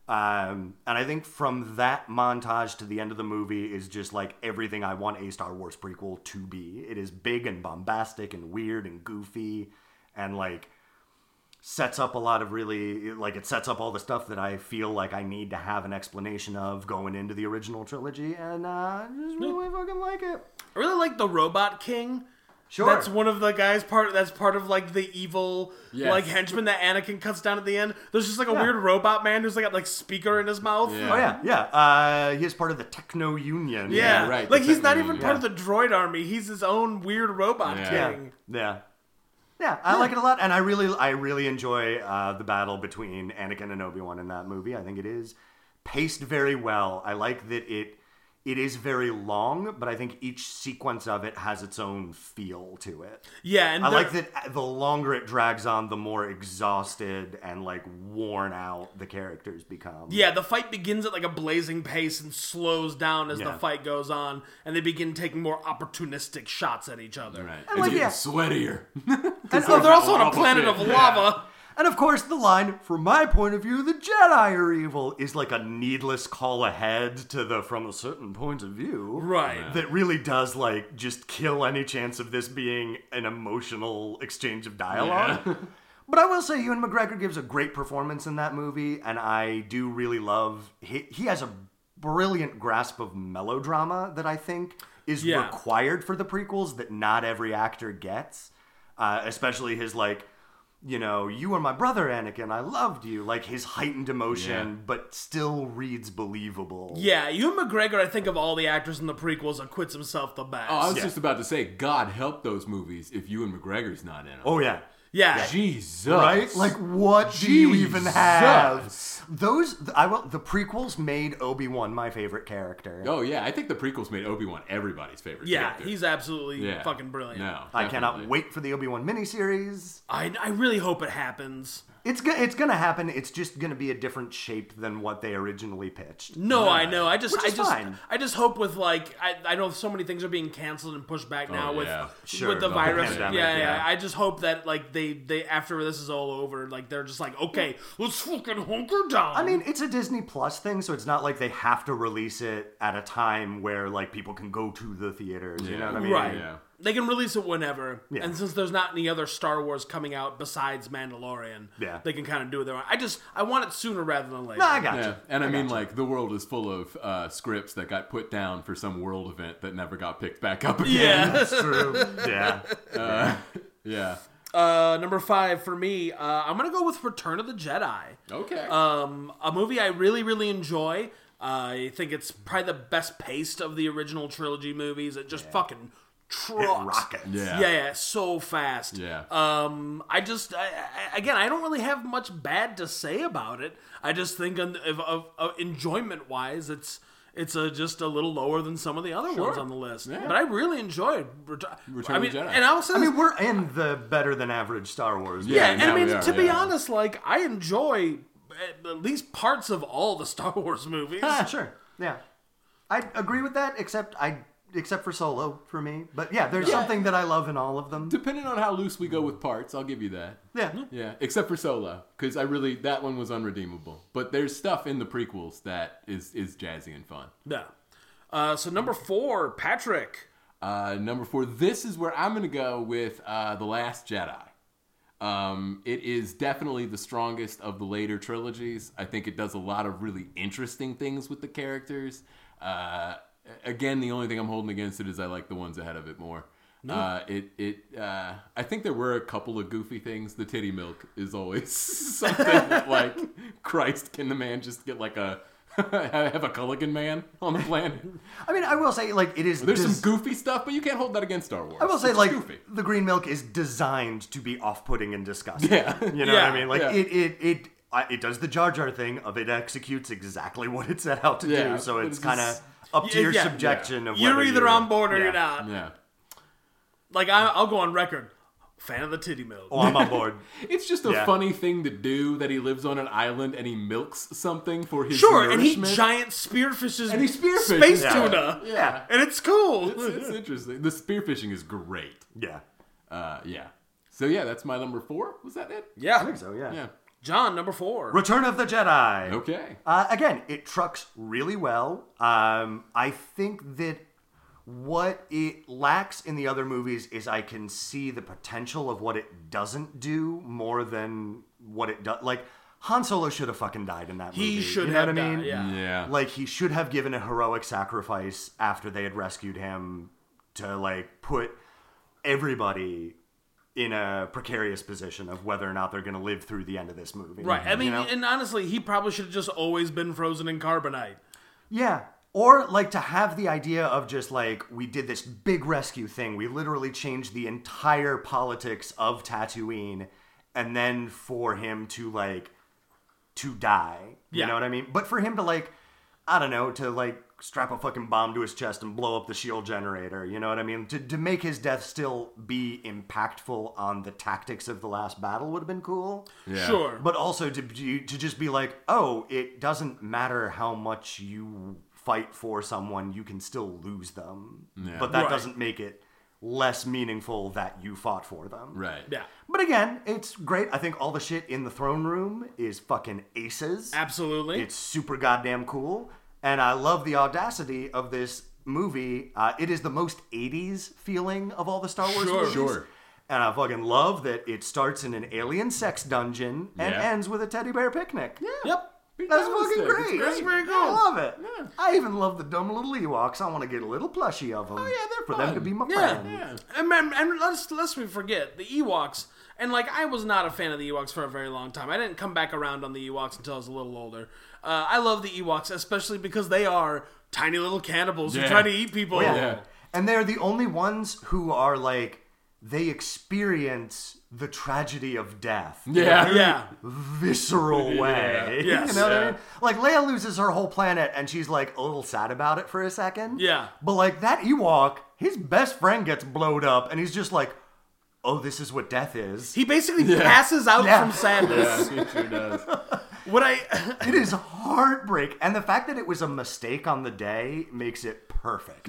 Um, and I think from that montage to the end of the movie is just like everything I want a Star Wars prequel to be. It is big and bombastic and weird and goofy and like sets up a lot of really like it sets up all the stuff that I feel like I need to have an explanation of going into the original trilogy, and uh, I just really fucking like it. I really like the Robot King. Sure. That's one of the guys part. That's part of like the evil, Yes. like henchman that Anakin cuts down at the end. There's just like a weird robot man who's like got like speaker in his mouth. Yeah. Oh yeah, yeah. Uh, he is part of the Techno Union. Yeah, Yeah, right, Like the he's not Sentinel even Union, part of the droid army. He's his own weird robot Yeah. yeah, king. yeah, yeah. I like it a lot, and I really, I really enjoy uh, the battle between Anakin and Obi Wan in that movie. I think it is paced very well. I like that it. It is very long, but I think each sequence of it has its own feel to it. Yeah, and I they're- like that uh, the longer it drags on, the more exhausted and like worn out the characters become. Yeah, the fight begins at like a blazing pace and slows down as the Yeah. fight goes on, and they begin taking more opportunistic shots at each other. right. like, yeah. It's getting sweatier. and, Oh, they're also on a Lava planet pit. of lava. and of course, the line, from my point of view, the Jedi are evil is like a needless call ahead to the from a certain point of view. Right. That really does like just kill any chance of this being an emotional exchange of dialogue. But I will say, Ewan McGregor gives a great performance in that movie, and I do really love. He, he has a brilliant grasp of melodrama that I think is Yeah. required for the prequels that not every actor gets, uh, especially his like. You know, you are my brother, Anakin. I loved you. Like his heightened emotion, Yeah. but still reads believable. Yeah, Ewan McGregor, I think of all the actors in the prequels, acquits himself the best. Oh, I was Yeah. just about to say, God help those movies if you and McGregor's not in them. Oh yeah. yeah. Jesus. right? Like, what do you even have? Jesus. Those, th- I will. The prequels made Obi Wan my favorite character. Oh yeah, I think the prequels made Obi Wan everybody's favorite. yeah, character. he's absolutely Yeah. fucking brilliant. No, I cannot definitely. wait for the Obi Wan miniseries. I, I really hope it happens. It's go- it's gonna happen. It's just gonna be a different shape than what they originally pitched. No, I know. I just, Which I is just, fine. I just hope with like, I, I know so many things are being canceled and pushed back now with Oh, yeah. Sure, with the the virus. pandemic, yeah, yeah, yeah. I just hope that like they they after this is all over, like they're just like, okay, let's fucking hunker down. I mean, it's a Disney Plus thing, so it's not like they have to release it at a time where like people can go to the theaters. You know what I mean? right? yeah. They can release it whenever, Yeah. and since there's not any other Star Wars coming out besides Mandalorian, Yeah. they can kind of do it their own. I just, I want it sooner rather than later. No, I got Yeah, you. and I, mean, like the world is full of uh, scripts that got put down for some world event that never got picked back up again. yeah. That's true. yeah. Yeah. Uh, number five for me, uh, I'm gonna go with Return of the Jedi. Okay. um, a movie I really, really enjoy. I think it's probably the best paced of the original trilogy movies. It just fucking It trucks. rockets. yeah. Yeah, yeah, so fast. Yeah. Um, I just, I, I, again, I don't really have much bad to say about it. I just think, on, of, of, of enjoyment wise, it's it's a, just a little lower than some of the other ones on the list. Yeah. But I really enjoyed Return, Return I of the mean, Jedi. And I'll say I this- mean, we're in the better than average Star Wars. yeah, Yeah, and now I mean, we are, to be yeah. honest, like I enjoy at at least parts of all the Star Wars movies. Yeah, sure. Yeah. I agree with that, except I except for Solo for me. But yeah, there's something that I love in all of them. Depending on how loose we go with parts, I'll give you that. Yeah. Yeah, except for Solo, because I really that one was unredeemable. But there's stuff in the prequels that is is jazzy and fun. yeah. Uh, so number four, Patrick. Uh, number four, this is where I'm going to go with uh, The Last Jedi. Um, it is definitely the strongest of the later trilogies. I think it does a lot of really interesting things with the characters. Uh, again, the only thing I'm holding against it is I like the ones ahead of it more. Uh, it it uh, I think there were a couple of goofy things. The titty milk is always something that, like Christ. Can the man just get like a have a Culligan man on the planet? I mean, I will say like it is There's des- some goofy stuff, but you can't hold that against Star Wars. I will say It's like goofy. the green milk is designed to be off-putting and disgusting. Yeah. You know Yeah, what I mean? Like yeah. it it it I, it does the Jar Jar thing of it executes exactly what it set out to Yeah, do, so but it's it's just- kind of up to Yeah, your yeah. subjection of You're whether either you're- on board or yeah. you're not. Yeah. Like I, I'll go on record, fan of the titty milk. Oh, I'm on board. It's just a Yeah. funny thing to do that he lives on an island and he milks something for his sure, and he nourishment. giant spearfishes And he spearfishes, space yeah. tuna, Yeah. Oh, and it's cool. It's, it's interesting. The spearfishing is great. yeah. Uh, yeah. So yeah, that's my number four. Was that it? yeah. I think so, yeah. Yeah. John number four. Return of the Jedi. Okay. Uh, again, it trucks really well. Um, I think that what it lacks in the other movies is I can see the potential of what it doesn't do more than what it does. Like Han Solo should have fucking died in that movie. he should you know have what I mean? died, yeah. Yeah. Like he should have given a heroic sacrifice after they had rescued him to like put everybody in a precarious position of whether or not they're going to live through the end of this movie. Right. I mean, you know? and honestly, he probably should have just always been frozen in carbonite. Yeah. Or like to have the idea of just like we did this big rescue thing. We literally changed the entire politics of Tatooine and then for him to like to die. You Yeah. know what I mean? But for him to like I don't know, to like strap a fucking bomb to his chest and blow up the shield generator, you know what I mean? To to make his death still be impactful on the tactics of the last battle would have been cool Yeah. Sure. but also to be- to just be like, oh, it doesn't matter how much you fight for someone, you can still lose them. Yeah. But that Right. doesn't make it less meaningful that you fought for them. Right. yeah. But again, it's great. I think all the shit in the throne room is fucking aces. Absolutely. It's super goddamn cool, and I love the audacity of this movie. Uh, it is the most '80s feeling of all the Star Wars Sure. movies. Sure. And I fucking love that it starts in an alien sex dungeon and Yeah. ends with a teddy bear picnic. Yeah. yep. That's That was fucking good. It's great. That's very I cool. love it. I even love the dumb little Ewoks. I want to get a little plushie of them. Oh yeah, they're for fun. them to be my Yeah. friends. And, and, and let's let's we forget the Ewoks. And like I was not a fan of the Ewoks for a very long time. I didn't come back around on the Ewoks until I was a little older. Uh, I love the Ewoks, especially because they are tiny little cannibals Yeah. who try to eat people. Oh, Yeah. Yeah. And they're the only ones who are like they experience the tragedy of death. Yeah. Yeah. visceral way. Yes. You know what Yeah. I mean? Like Leia loses her whole planet and she's like a little sad about it for a second. Yeah. But like that Ewok, his best friend gets blowed up and he's just like, oh, this is what death is. He basically passes out Yeah. from sadness. Yeah, he sure does. What I It is heartbreak. And the fact that it was a mistake on the day makes it perfect.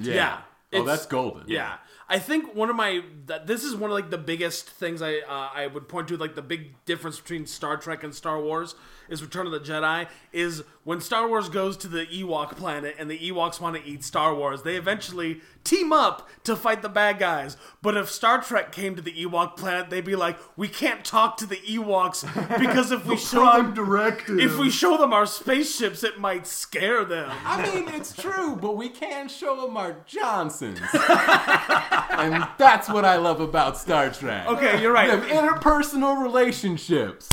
yeah. Oh, It's- that's golden. Yeah. I think one of my th- this is one of like the biggest things I uh, I would point to like the big difference between Star Trek and Star Wars is Return of the Jedi is when Star Wars goes to the Ewok planet and the Ewoks want to eat Star Wars they eventually team up to fight the bad guys but if Star Trek came to the Ewok planet they'd be like we can't talk to the Ewoks because if we show them directive. if we show them our spaceships it might scare them I mean, it's true, but we can show them our Johnsons. and that's what I love about Star Trek. okay you're They have right interpersonal relationships.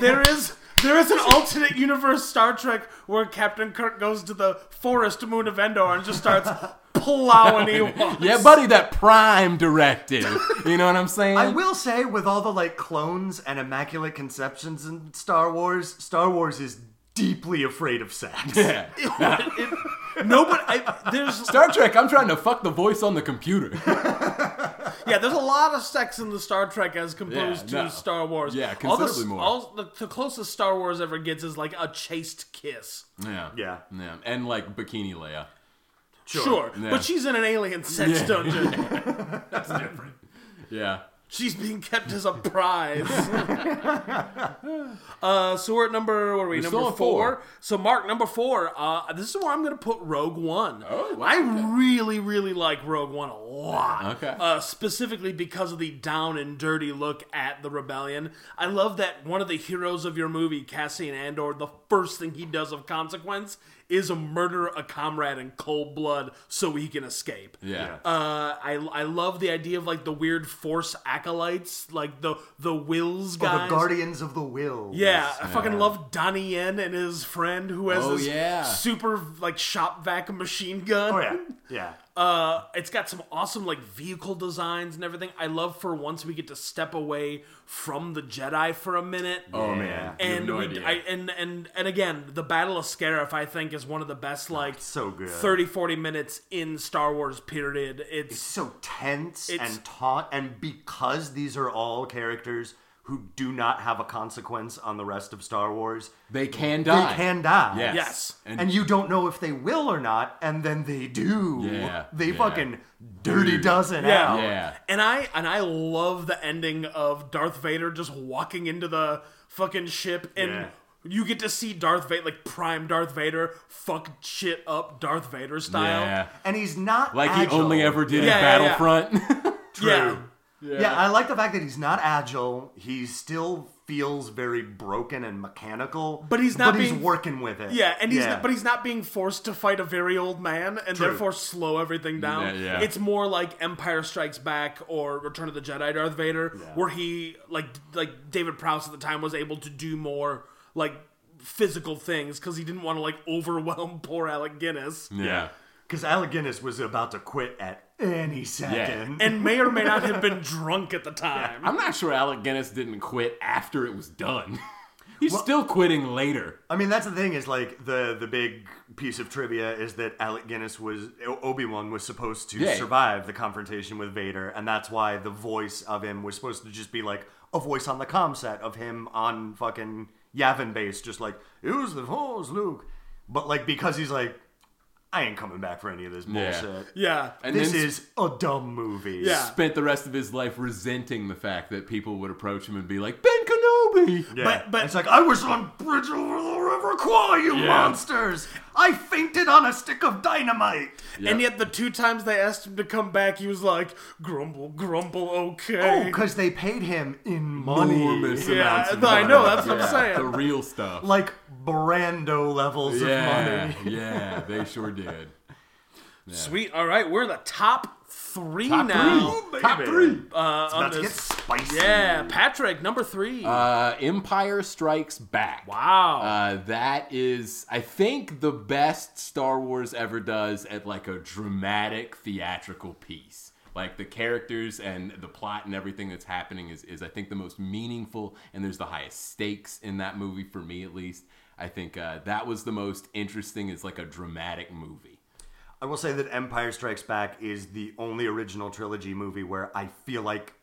There is there is an alternate universe Star Trek where Captain Kirk goes to the forest moon of Endor and just starts plowing Ewoks. Yeah, buddy, that prime directive. You know what I'm saying? I will say, with all the like clones and immaculate conceptions in Star Wars, Star Wars is deeply afraid of sex. Yeah. Nobody. I, there's Star Trek, I'm trying to fuck the voice on the computer. yeah. There's a lot of sex in the Star Trek as composed Yeah, no. to Star Wars. Yeah, All the- considerably more. All the, the closest Star Wars ever gets is like a chaste kiss. Yeah. Yeah. Yeah. And like Bikini Leia. Sure, Yeah. but she's in an alien sex Yeah. dungeon. Yeah. She's being kept as a prize. uh, so we're at number what are we? still number at four. So Mark, number four. Uh, this is where I'm going to put Rogue One. Oh, wow. I really, really like Rogue One a lot. Okay. Uh, specifically because of the down and dirty look at the rebellion. I love that one of the heroes of your movie, Cassian Andor, the first thing he does of consequence is murder a comrade in cold blood so he can escape. Yeah. Uh, I I love the idea of like the weird force acolytes, like the the wills Oh, The guys. Guardians of the Will. yeah, I fucking love Donnie Yen and his friend who has Oh, this yeah. super like shop vac machine gun. Oh yeah. Yeah. Uh, it's got some awesome like vehicle designs and everything. I love for once we get to step away from the Jedi for a minute. Oh Yeah. man. You have And no we, idea. I, and and and again, the Battle of Scarif, I think, is one of the best like so good. 30, 40 minutes in Star Wars. Period. It's so tense It's- and taut and because these are all characters who do not have a consequence on the rest of Star Wars, they can die. they can die. Yes. Yes. And, And, you don't know if they will or not, and then they do. Yeah, They yeah. fucking dirty Dude. dozen Yeah. out. yeah. And I and I love the ending of Darth Vader just walking into the fucking ship and Yeah. you get to see Darth Vader like prime Darth Vader fuck shit up Darth Vader style. Yeah. And he's not Like agile. he only ever did Yeah, yeah, in yeah. Battlefront. Yeah. Yeah. I like the fact that he's not agile. He still feels very broken and mechanical. But he's not But being- he's working with it. Yeah, and he's Not, but he's not being forced to fight a very old man and True. therefore slow everything down. Yeah, yeah. It's more like Empire Strikes Back or Return of the Jedi Darth Vader, where he like like David Prowse at the time was able to do more like physical things because he didn't want to like overwhelm poor Alec Guinness. yeah. because Alec Guinness was about to quit at any second. and may or may not have been drunk at the time. I'm not sure Alec Guinness didn't quit after it was done. He's still quitting later. I mean, that's the thing is like the the big piece of trivia is that Alec Guinness was Obi Wan was supposed to Yeah. survive the confrontation with Vader, and that's why the voice of him was supposed to just be like a voice on the com set of him on fucking Yavin base, just like use the force, Luke. But like because he's like, I ain't coming back for any of this Yeah. bullshit. Yeah. And This then is uh, a dumb movie. Yeah. spent the rest of his life resenting the fact that people would approach him and be like, Ben Kenobi! Yeah. But- but- it's like I was on bridge over the river Kwai, you Yeah. monsters! I fainted on a stick of dynamite. And yet, the two times they asked him to come back, he was like, grumble, grumble, Oh, okay. because they paid him in money. Enormous Yeah, amounts of I money. know, that's what I'm Yeah, saying. The real stuff. Like Brando levels yeah, of money. yeah, they sure did. Sweet. All right. We're in the top three Top now. three. Top three. Uh, About on to get this. spicy. Yeah. Patrick, number three. Uh, Empire Strikes Back. wow. Uh, that is, I think, the best Star Wars ever does at like a dramatic theatrical piece. Like the characters and the plot and everything that's happening is, is I think, the most meaningful, and there's the highest stakes in that movie for me at least. I think uh, that was the most interesting. Is like a dramatic movie. I will say that Empire Strikes Back is the only original trilogy movie where I feel like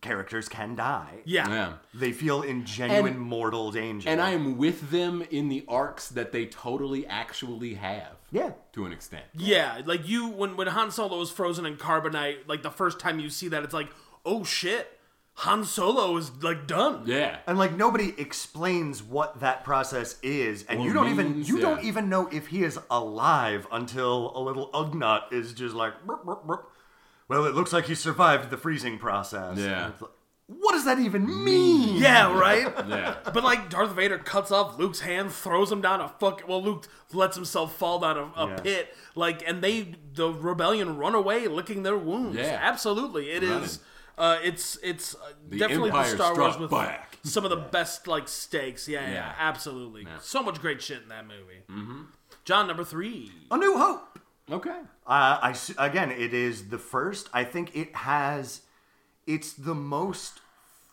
characters can die. Yeah. Yeah. They feel in genuine And- mortal danger. And I am with them in the arcs that they totally actually have. Yeah. To an extent. Yeah, like you when when Han Solo is frozen in carbonite, like the first time you see that, it's like, oh shit, Han Solo is like done. Yeah. And like nobody explains what that process is, and Or you don't even means, you don't yeah. even know if he is alive until a little Ugnaught is just like, "Burp, burp, burp." well, it looks like he survived the freezing process. Yeah. And it's like, what does that even mean? Yeah, right. Yeah. But like Darth Vader cuts off Luke's hand, throws him down a fuck. Well, Luke lets himself fall down a, a Yeah. pit. Like, and they the rebellion run away, licking their wounds. Yeah. absolutely. It is. Running. Uh, it's it's uh, The definitely the Empire Star Wars struck with back. some of the best like stakes. Yeah, yeah, Yeah. absolutely. So much great shit in that movie. Mm-hmm. John number three. A New Hope. Okay. Uh, I s- again, it is the first. I think it has. It's the most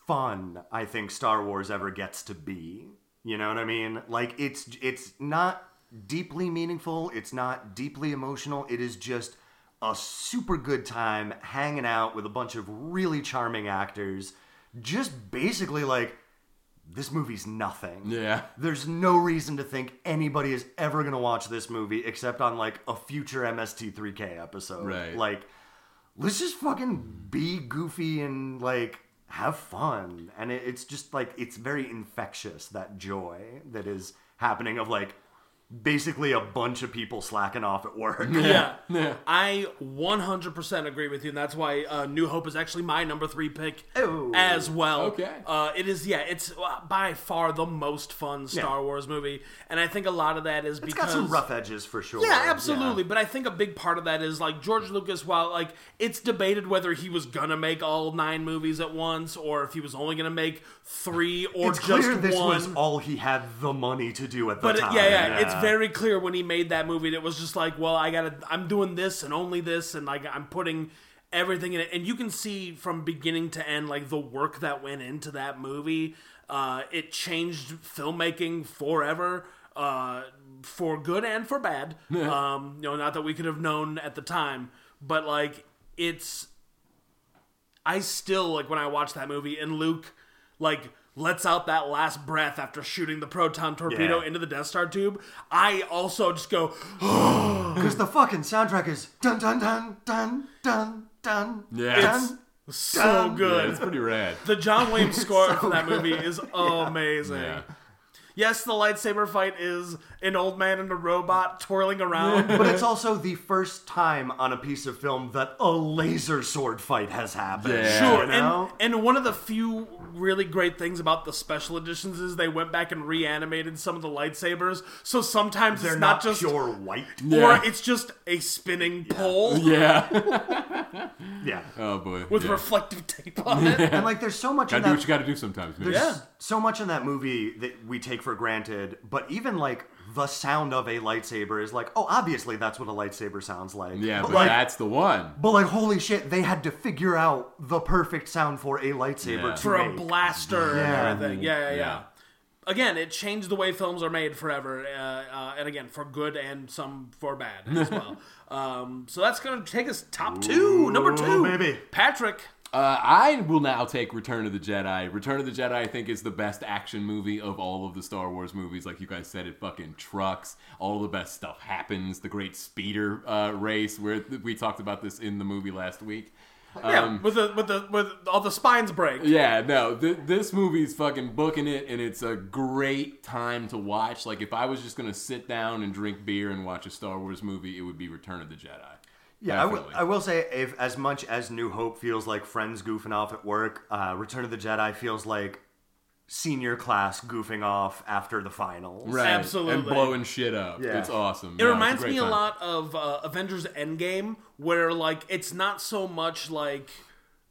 fun I think Star Wars ever gets to be. You know what I mean? Like it's it's not deeply meaningful. It's not deeply emotional. It is just a super good time hanging out with a bunch of really charming actors. Just basically like this movie's nothing. Yeah. There's no reason to think anybody is ever going to watch this movie except on like a future MST3K episode. Right. Like, let's just fucking be goofy and like have fun. And it, it's just like, it's very infectious that joy that is happening of like basically a bunch of people slacking off at work. Yeah. Yeah. I 100% agree with you, and that's why uh, New Hope is actually my number three pick Oh. as well. Okay. Uh, it is, yeah, it's uh, by far the most fun Star Wars movie, and I think a lot of that is It's because. got some rough edges for sure. yeah, absolutely. But I think a big part of that is like George Lucas. While like it's debated whether he was gonna make all nine movies at once or if he was only gonna make three or It's just clear this one. was all he had the money to do at the But it- time. yeah, yeah, it's very clear when he made that movie. That it was just like, well, I gotta, I'm doing this and only this, and like I'm putting everything in it. And you can see from beginning to end, like the work that went into that movie. Uh, it changed filmmaking forever, uh, for good and for bad. um, you know, not that we could have known at the time, but like it's I still like when I watch that movie and Luke like lets out that last breath after shooting the proton torpedo Yeah. into the Death Star tube. I also just go, Because the fucking soundtrack is dun dun dun dun dun dun. Yeah. Dun. so Yeah, good. it's pretty rad. The John Williams score for that movie is amazing. Yeah. Yes, the lightsaber fight is an old man and a robot twirling around. But it's also the first time on a piece of film that a laser sword fight has happened. Yeah. Sure, You know? and, and one of the few really great things about the special editions is they went back and reanimated some of the lightsabers. So sometimes They're it's not, not, just pure white. Yeah. or it's just a spinning pole Yeah. Yeah. Oh boy. with yeah. reflective tape on it. And like there's so much in gotta do that what you gotta do sometimes, man. Yeah. so much in that movie that we take for granted, but even like the sound of a lightsaber is like, oh, obviously that's what a lightsaber sounds like. Yeah, but, but like, that's the one. but like, holy shit, they had to figure out the perfect sound for a lightsaber Yeah. to For a make. blaster Yeah. and everything. Yeah, yeah, yeah. Yeah. Again, it changed the way films are made forever, uh, uh, and again for good and some for bad as well. um, so that's gonna take us top two, number two, baby. Patrick. Uh, I will now take Return of the Jedi. Return of the Jedi, I think, is the best action movie of all of the Star Wars movies. Like you guys said, it fucking trucks. All the best stuff happens. The great speeder uh, race, where th- we talked about this in the movie last week. yeah, with the with the with all the spines break. Yeah, no, th- this movie's fucking booking it, and it's a great time to watch. Like, if I was just gonna sit down and drink beer and watch a Star Wars movie, it would be Return of the Jedi. Yeah, I will, Definitely. I will say, if as much as New Hope feels like friends goofing off at work, uh, Return of the Jedi feels like senior class goofing off after the finals. Right, and Absolutely. blowing shit up. Yeah. It's awesome. It reminds me a lot of uh, Avengers Endgame, where like it's not so much like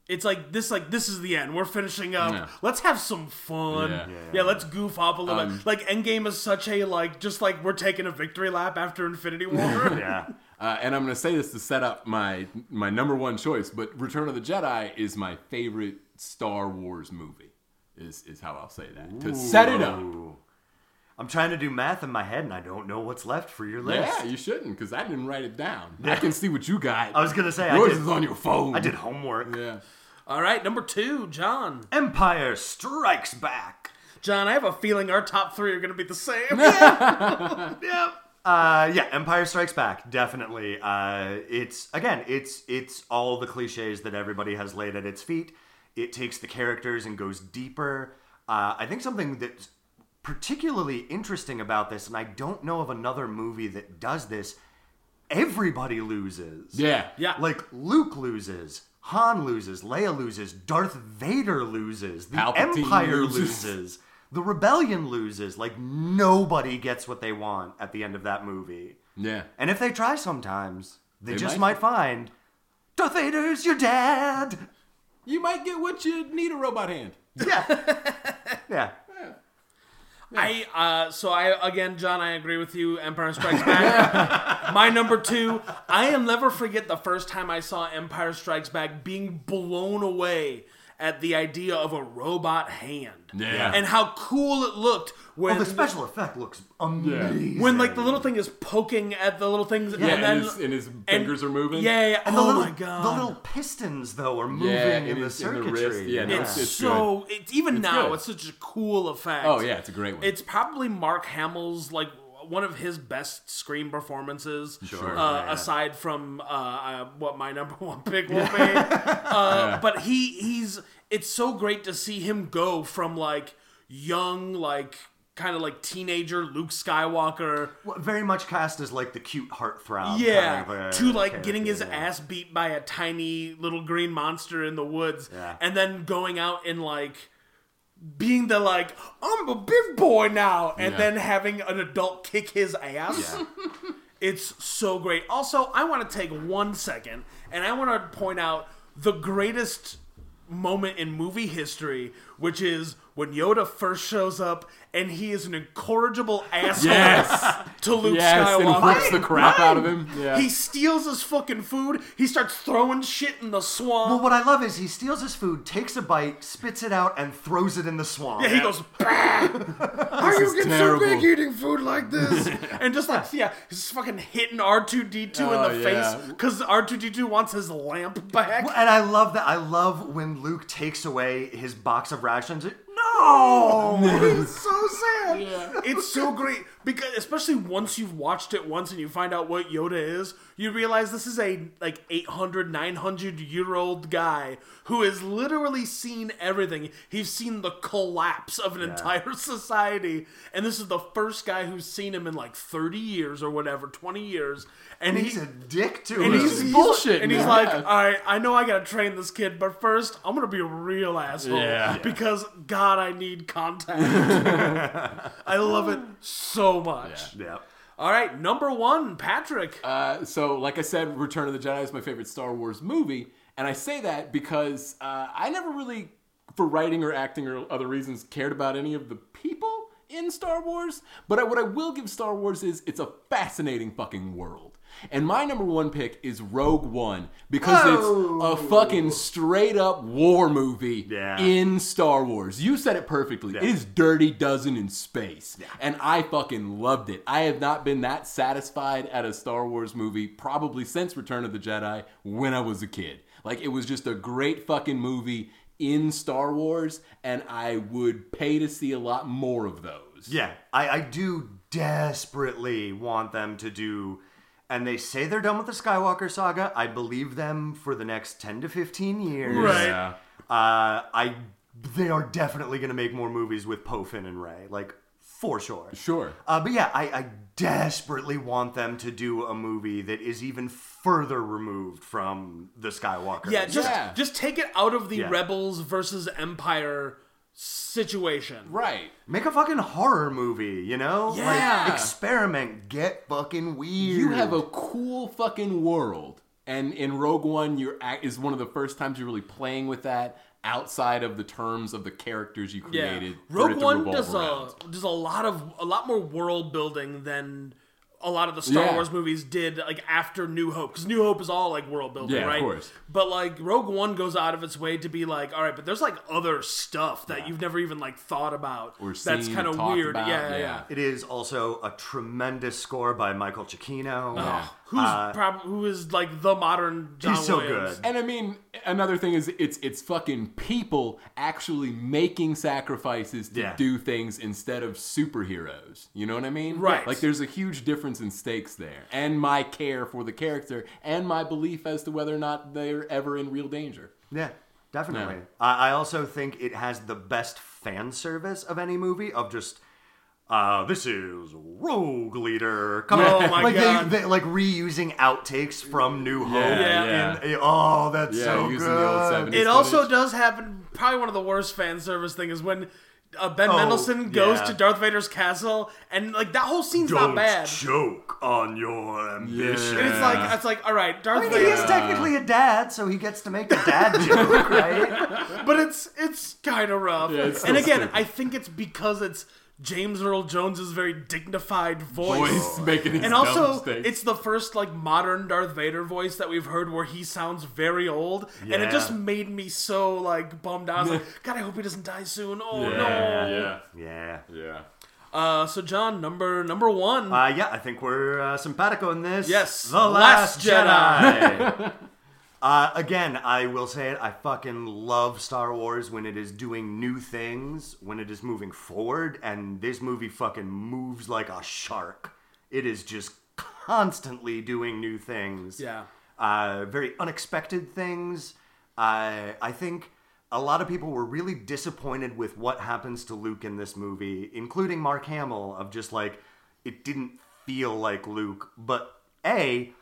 it's like this like this is the end. We're finishing up. Yeah. Let's have some fun. Yeah. Yeah, let's goof up a little bit. Like Endgame is such a like just like we're taking a victory lap after Infinity War. Yeah. Uh, and I'm going to say this to set up my my number one choice, but Return of the Jedi is my favorite Star Wars movie. Is is how I'll say that to set it up. Ooh. I'm trying to do math in my head, and I don't know what's left for your list. Yeah, you shouldn't, because I didn't write it down. I can see what you got. I was gonna say, I yours did- is on your phone. I did homework. Yeah. All right, number two, John. Empire Strikes Back. John, I have a feeling our top three are going to be the same. Yep. Uh, yeah, Empire Strikes Back, definitely. Uh, it's again, it's it's all the cliches that everybody has laid at its feet. It takes the characters and goes deeper. Uh, I think something that's particularly interesting about this, and I don't know of another movie that does this. Everybody loses. Yeah. yeah, Like Luke loses, Han loses, Leia loses, Darth Vader loses, the Palpatine Empire loses. loses. the Rebellion loses. Like nobody gets what they want at the end of that movie. Yeah. And if they try sometimes, they, They just might. might. find Darth Vader's your dad. You might get what you need a robot hand. Yeah. yeah. I uh, so I again, John, I agree with you. Empire Strikes Back. My number two. I will never forget the first time I saw Empire Strikes Back, being blown away at the idea of a robot hand. Yeah. and how cool it looked when Oh, the special effect looks amazing. when like the little thing is poking at the little things, Yeah, and and, then his, and his fingers are moving. yeah, yeah, yeah. And oh the little, my god, The little pistons though are moving it in the is in the circuitry. wrist. Yeah, no, It's, It's so it's even now good. it's such a cool effect. Oh yeah, it's a great one. It's probably Mark Hamill's like one of his best screen performances. Sure. Uh, Yeah. Aside from uh, uh, what my number one pick will be, uh, but he he's it's so great to see him go from like young like kind of like teenager Luke Skywalker Well, very much cast as like the cute heartthrob. yeah, kind of, uh, to like character, getting his yeah. ass beat by a tiny little green monster in the woods, Yeah. and then going out and like being the like I'm a big boy now, and Yeah. then having an adult kick his ass. Yeah. It's so great. Also, I want to take one second and I want to point out the greatest moment in movie history, which is when Yoda first shows up and he is an incorrigible asshole Yes. to Luke yes, and Skywalker. rips the crap out of him. Yeah. He steals his fucking food. He starts throwing shit in the Well, swamp. what I love is he steals his food, takes a bite, spits it out, and throws it in the swamp. yeah, he goes, This "You is get terrible. so big eating food like this," and just like yeah, he's fucking hitting R two D two in Oh, the yeah. face because R two D two wants his lamp back. Well, And I love that. I love when Luke takes away his box of rations. It- No, it's so sad. It's so great because especially once you've watched it once and you find out what Yoda is, you realize this is a like 800 900 year old guy who has literally seen everything. He's seen the collapse of an entire society and this is the first guy who's seen him in like 30 years or whatever, 20 years and, And he- he's a dick to and us. he's, he's bullshitting and he's him. like, Yeah. "All right, I know I gotta train this kid, but first I'm gonna be a real asshole Yeah. because God, I need contact." I love it so much. yeah. All right, number one, Patrick. Uh, so, like I said, Return of the Jedi is my favorite Star Wars movie, and I say that because uh, I never really, for writing or acting or other reasons, cared about any of the people in Star Wars. But I, what I will give Star Wars is it's a fascinating fucking world. And my number one pick is Rogue One because Whoa. it's a fucking straight up war movie Yeah. in Star Wars. You said it perfectly. It is Dirty Dozen in space. And I fucking loved it. I have not been that satisfied at a Star Wars movie probably since Return of the Jedi when I was a kid. Like, it was just a great fucking movie in Star Wars, and I would pay to see a lot more of those. Yeah, I, I do desperately want them to do. And they say they're done with the Skywalker saga. I believe them for the next 10 to 15 years. Right. Yeah. Uh, I They are definitely going to make more movies with Poe, Finn, and Ray. Like, for sure. Sure. Uh, but yeah, I, I desperately want them to do a movie that is even further removed from the Skywalker. yeah, just Yeah. just take it out of the Yeah. rebels versus empire situation. Right. Make a fucking horror movie, you know? Yeah. Like, experiment. Get fucking weird. You have a cool fucking world, and in Rogue One, you're act- is one of the first times you're really playing with that outside of the terms of the characters you Yeah, created. for it Rogue to One revolve does uh, a around. does a lot of a lot more world building than a lot of the Star Yeah. Wars movies did, like after New Hope, because New Hope is all like world building, Yeah, of right? course. But like Rogue One goes out of its way to be like, all right, but there's like other stuff that you've never even like thought about Or that's seen, kind of talked weird. about, yeah, yeah. yeah. It is also a tremendous score by Michael Giacchino. Yeah. who's prob- who is like the modern Oh, John He's so Williams. good. And I mean, another thing is it's it's fucking people actually making sacrifices to Yeah. do things instead of superheroes. You know what I mean? Right. Like there's a huge difference in stakes there, and my care for the character, and my belief as to whether or not they're ever in real danger. Yeah, definitely. Yeah. I, I also think it has the best fan service of any movie of just. Uh, this is Rogue Leader. Come Oh on, my like God. They, they, like reusing outtakes from New Hope. Yeah. in- oh, that's Yeah, so using good. the old 70s. It also footage. does happen. Probably one of the worst fan service thing is when uh, Ben Oh, Mendelsohn goes yeah. to Darth Vader's castle, and like that whole scene's Don't not bad. joke on your ambition. And it's like it's like all right, Darth I mean, Vader. he is technically a dad, so he gets to make a dad joke, right? but it's it's kind of rough. Yeah, it's and so again, stupid. I think it's because it's James Earl Jones's very dignified voice. Voice making his And dumb also, mistakes. it's the first like modern Darth Vader voice that we've heard where he sounds very old, and Yeah. it just made me so like bummed out. I was like, God, I hope he doesn't die soon. Oh yeah, no. yeah, Yeah. yeah. Uh, so John, number number one. Uh, yeah, I think we're uh, simpatico in this. Yes, The Last Last, Jedi. uh, again, I will say it. I fucking love Star Wars when it is doing new things, when it is moving forward, and this movie fucking moves like a shark. It is just constantly doing new things yeah. uh, very unexpected things. Uh, I think a lot of people were really disappointed with what happens to Luke in this movie, including Mark Hamill, of just like, it didn't feel like Luke. But A,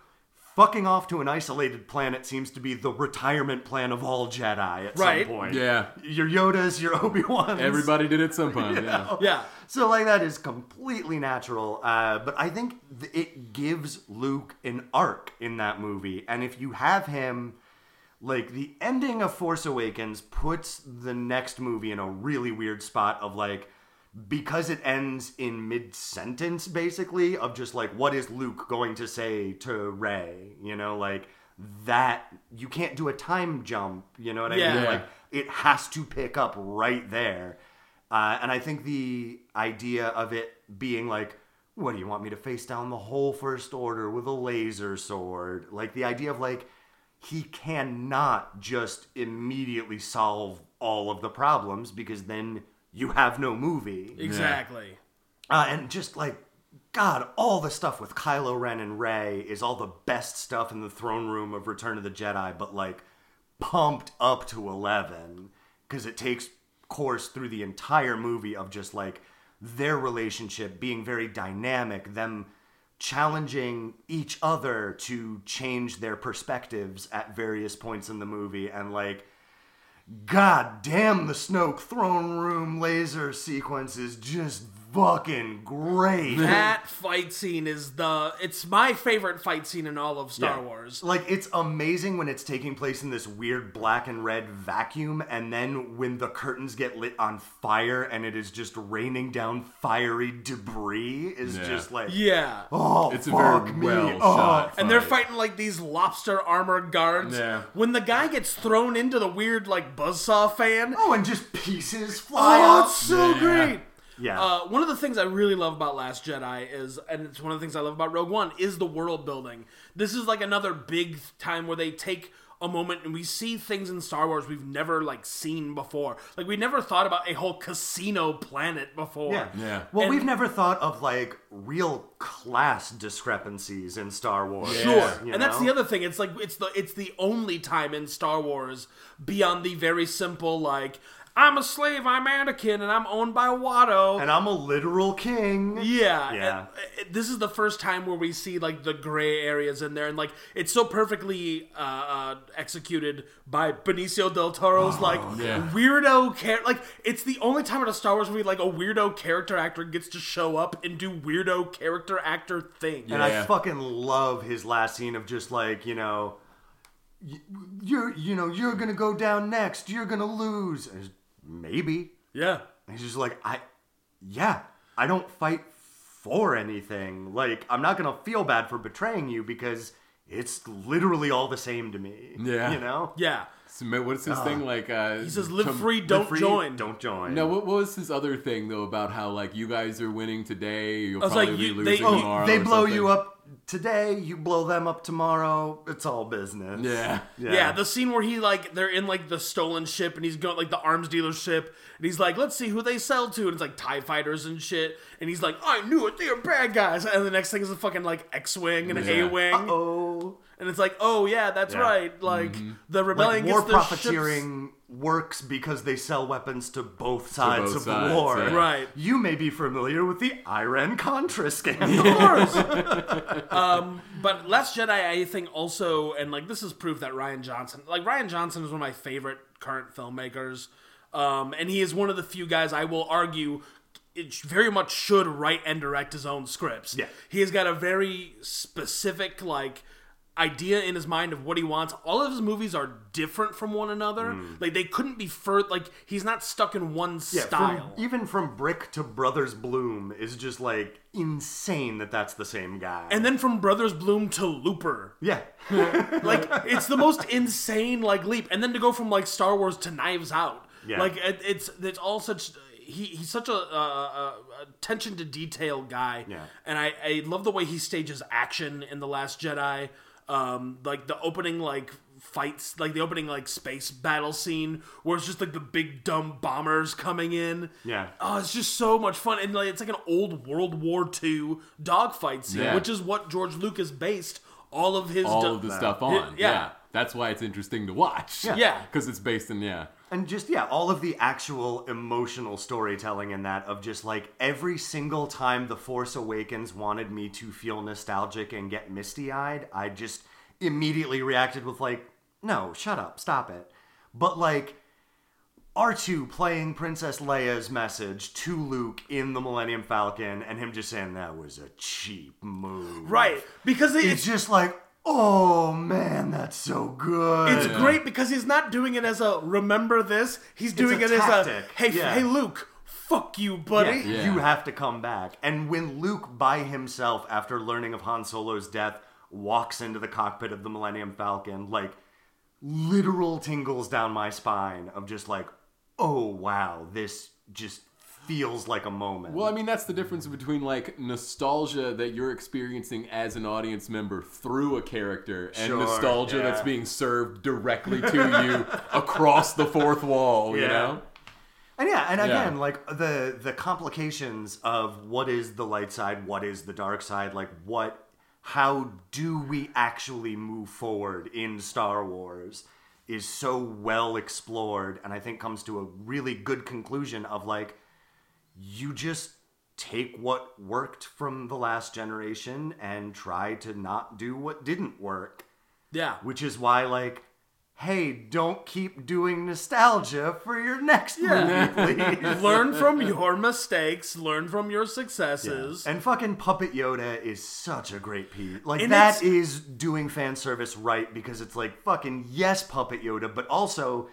fucking off to an isolated planet seems to be the retirement plan of all Jedi at Right. some point. Yeah. Your Yodas, your Obi-Wans. Everybody did it sometime. Yeah. Yeah. Oh, So like that is completely natural, uh, but I think th- it gives Luke an arc in that movie, and if you have him, like the ending of Force Awakens puts the next movie in a really weird spot of like because it ends in mid sentence basically of just like what is Luke going to say to Ray, you know, like that you can't do a time jump, you know what I Yeah. mean? Yeah. Like it has to pick up right there. Uh, and I think the idea of it being like, what do you want me to face down the whole First Order with a laser sword? Like the idea of like, he cannot just immediately solve all of the problems because then you have no movie. Exactly. Uh, and just like, God, all the stuff with Kylo Ren and Rey is all the best stuff in the throne room of Return of the Jedi, but like pumped up to 11 because it takes course through the entire movie of just like their relationship being very dynamic, them challenging each other to change their perspectives at various points in the movie and like God damn, the Snoke throne room laser sequence is just fucking great. That fight scene is the it's my favorite fight scene in all of Star Yeah. Wars. like, it's amazing when it's taking place in this weird black and red vacuum, and then when the curtains get lit on fire and it is just raining down fiery debris, is Yeah. just like, Yeah. oh, It's a fuck very me. well oh. shot. And they're fight. fighting like these lobster armor guards. Yeah. When the guy gets thrown into the weird like buzzsaw fan, Oh, and just pieces fly oh, out. it's so Yeah. great. Yeah. Uh, one of the things I really love about Last Jedi is, and it's one of the things I love about Rogue One is the world building. This is like another big time where they take a moment and we see things in Star Wars we've never like seen before. Like we never thought about a whole casino planet before. Yeah. Yeah. Well, And- we've never thought of like real class discrepancies in Star Wars. Yeah. Sure. you and that's know? the other thing. It's like it's the it's the only time in Star Wars beyond the very simple like I'm a slave, I'm Anakin, and I'm owned by Watto. And I'm a literal king. yeah, Yeah. and, uh, this is the first time where we see like the gray areas in there, and like it's so perfectly uh, uh, executed by Benicio del Toro's like Oh, yeah. weirdo character. Like it's the only time in a Star Wars movie like a weirdo character actor gets to show up and do weirdo character actor things. And Yeah. I fucking love his last scene of just like, you know, y- you're, you know, you're going to go down next. You're going to lose. And he's, Maybe. yeah. And he's just like, I, yeah, I don't fight for anything. Like, I'm not going to feel bad for betraying you because it's literally all the same to me. Yeah. You know? Yeah. So, What's his thing like? Uh, Ah. He says, "Live com- free, don't Free, join." Don't join. No, what what was his other thing though about how like you guys are winning today, you'll was probably like, be you- they- losing oh, tomorrow. they or blow something. you up today, you blow them up tomorrow. It's all business. Yeah. Yeah. the scene where he like they're in like the stolen ship and he's going like the arms dealership and he's like, let's see who they sell to and it's like Tie Fighters and shit and he's like, I knew it, they are bad guys and the next thing is a fucking like X wing and Yeah. A wing oh, and it's like, oh yeah, that's Yeah. right, like the Mm-hmm. like rebellion war gets their ships- profiteering works because they sell weapons to both sides both of sides, the war. yeah. Right. You may be familiar with the Iran Contra scandal. course. um, but Last Jedi, I think also, and like this is proof that Ryan Johnson, like Ryan Johnson, is one of my favorite current filmmakers, um, and he is one of the few guys I will argue. It sh- very much should write and direct his own scripts. Yeah. he has got a very specific like idea in his mind of what he wants. All of his movies are different from one another. Like they couldn't be fur. Like he's not stuck in one Mm. Yeah, from- style. even from Brick to Brothers Bloom is just like insane that that's the same guy. and then from Brothers Bloom to Looper, yeah, like it's the most insane like leap and then to go from like star wars to knives out Yeah. like it, it's it's all such he, he's such a, uh a attention to detail guy Yeah. and I, I love the way he stages action in the last jedi um like the opening like fights like the opening like space battle scene where it's just like the big dumb bombers coming in Yeah. oh it's just so much fun and like it's like an old world war ii dogfight scene Yeah. which is what george lucas based all of his All do- of the stuff on. yeah. Yeah. That's why it's interesting to watch. Yeah. Because it's based in, yeah. and just yeah, all of the actual emotional storytelling in that of just like every single time the Force Awakens wanted me to feel nostalgic and get misty eyed, I just immediately reacted with like, no, shut up, stop it. But like. R2 playing Princess Leia's message to Luke in the Millennium Falcon and him just saying that was a cheap move. Right, because it, it's it's just like, oh man, that's so good. it's great because he's not doing it as a remember this. He's doing a it as a tactic, hey yeah. hey Luke, fuck you, Yeah, buddy. Yeah. You have to come back. And when Luke, by himself, after learning of Han Solo's death, walks into the cockpit of the Millennium Falcon, like literal tingles down my spine of just like, oh wow, this just feels like a moment. Well, I mean, that's the difference between like nostalgia that you're experiencing as an audience member through a character and Sure, nostalgia yeah. that's being served directly to you across the fourth wall, you Yeah. know? And yeah, and again, Yeah. like the the complications of what is the light side, what is the dark side, like what how do we actually move forward in Star Wars is so well explored and I think comes to a really good conclusion of like you just take what worked from the last generation and try to not do what didn't work Yeah, which is why like hey don't keep doing nostalgia for your next movie please learn from your mistakes, learn from your successes. and fucking puppet yoda is such a great piece like And that it's- is doing fan service right because it's like fucking yes puppet yoda but also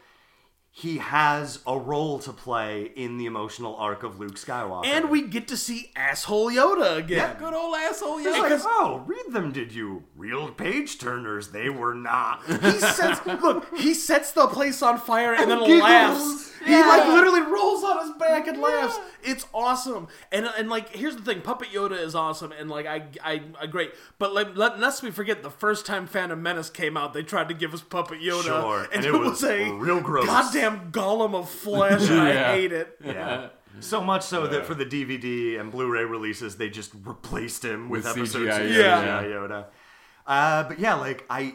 he has a role to play in the emotional arc of luke skywalker And, we get to see asshole Yoda again. Good old asshole, It's yeah. like, because- oh, read them, did you? Real page turners, they were not. He sets look, he sets the place on fire and, then giggles. laughs. He Yeah. like literally rolls on his back and laughs. It's awesome. And and like here's the thing, Puppet Yoda is awesome and like I I, I great. But like let, lest we forget the first time Phantom Menace came out, they tried to give us Puppet Yoda Sure, and, it, was, a real gross. goddamn golem of flesh and Yeah. I hate it. Yeah. So much so that for the DVD and Blu-ray releases, they just replaced him with, With episodes CGI of Yoda. CGI Yoda. Uh, but yeah, like I,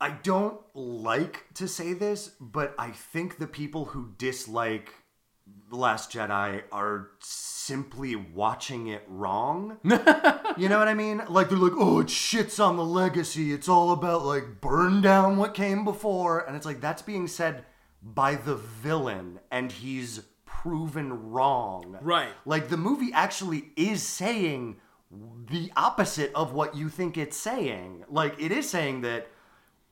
I don't like to say this, but I think the people who dislike the Last Jedi are simply watching it wrong. you know what I mean? Like they're like, oh, it shits on the legacy. It's all about like burn down what came before, and it's like that's being said by the villain, and he's proven wrong. Right. Like the movie actually is saying the opposite of what you think it's saying. Like it is saying that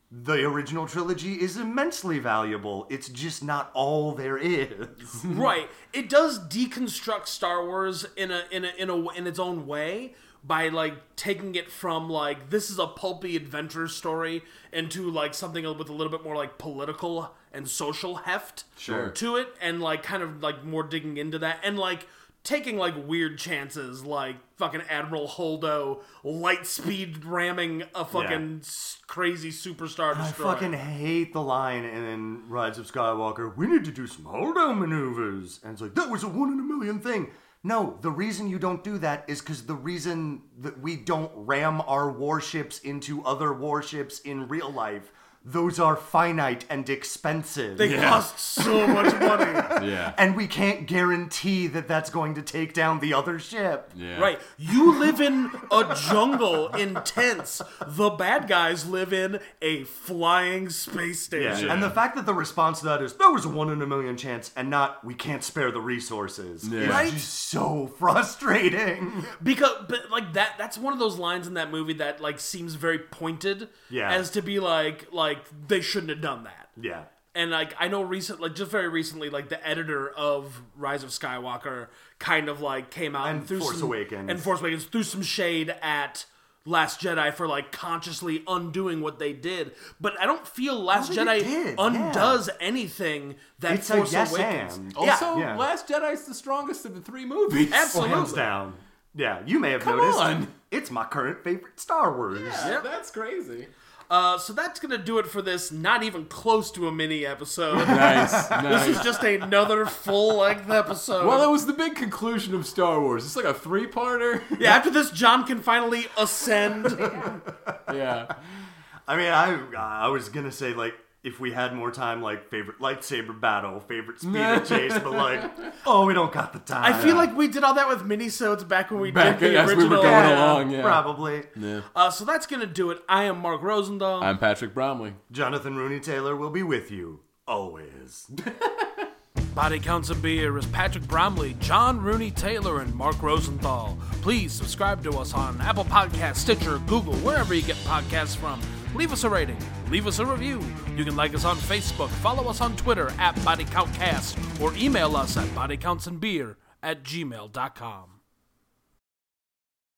the original trilogy is immensely valuable. It's just not all there is. right. It does deconstruct Star Wars in a in a in a in its own way by like taking it from like this is a pulpy adventure story into like something with a little bit more like political and social heft Sure. to it and like kind of like more digging into that and like taking like weird chances, like fucking Admiral Holdo light speed ramming a fucking s crazy superstar I destroyer. fucking hate the line in Rise of Skywalker. We need to do some holdout maneuvers. And it's like, that was a one in a million thing. No, the reason you don't do that is because the reason that we don't ram our warships into other warships in real life, those are finite and expensive. they cost so much money. Yeah. and we can't guarantee that that's going to take down the other ship. yeah. Right. You live in a jungle in tents. The bad guys live in a flying space station. And the fact that the response to that is that was a one in a million chance, and not we can't spare the resources, Yeah. is Right? just so frustrating. Because but like that that's one of those lines in that movie that like seems very pointed Yeah. as to be like like they shouldn't have done that. Yeah, and like I know recent like just very recently like the editor of Rise of Skywalker kind of like came out and, And threw Force some, Awakens. and Force Awakens threw some shade at Last Jedi for like consciously undoing what they did, but I don't feel Last think Jedi it Oh, did, undoes anything that it's a Force yes Awakens. and Also, Yeah. Last Jedi's the strongest of the three movies. Absolutely. hands down. Yeah, you may have Come noticed. on. It's my current favorite Star Wars. Yeah, that's crazy. Uh, so that's gonna do it for this. Not even close to a mini episode. Nice, this nice. is just another full length episode. well, that was the big conclusion of Star Wars. It's like a three-parter. yeah, after this, John can finally ascend. yeah. I mean, I I was gonna say like if we had more time, like favorite lightsaber battle, favorite speeder chase, but like, oh, we don't got the time. I feel like we did all that with minisodes back when we Back did the as we were original. going Yeah. along, yeah. probably Uh, so that's gonna do it. I am Mark Rosendahl. I'm Patrick Bromley. Jonathan Rooney Taylor will be with you always. Body Counts of Beer is Patrick Bromley, John Rooney Taylor, and Mark Rosenthal. Please subscribe to us on Apple Podcasts, Stitcher, Google, wherever you get podcasts from. Leave us a rating, leave us a review. You can like us on Facebook, follow us on Twitter at Body Count Cast, or email us at bodycountsandbeer at gmail.com.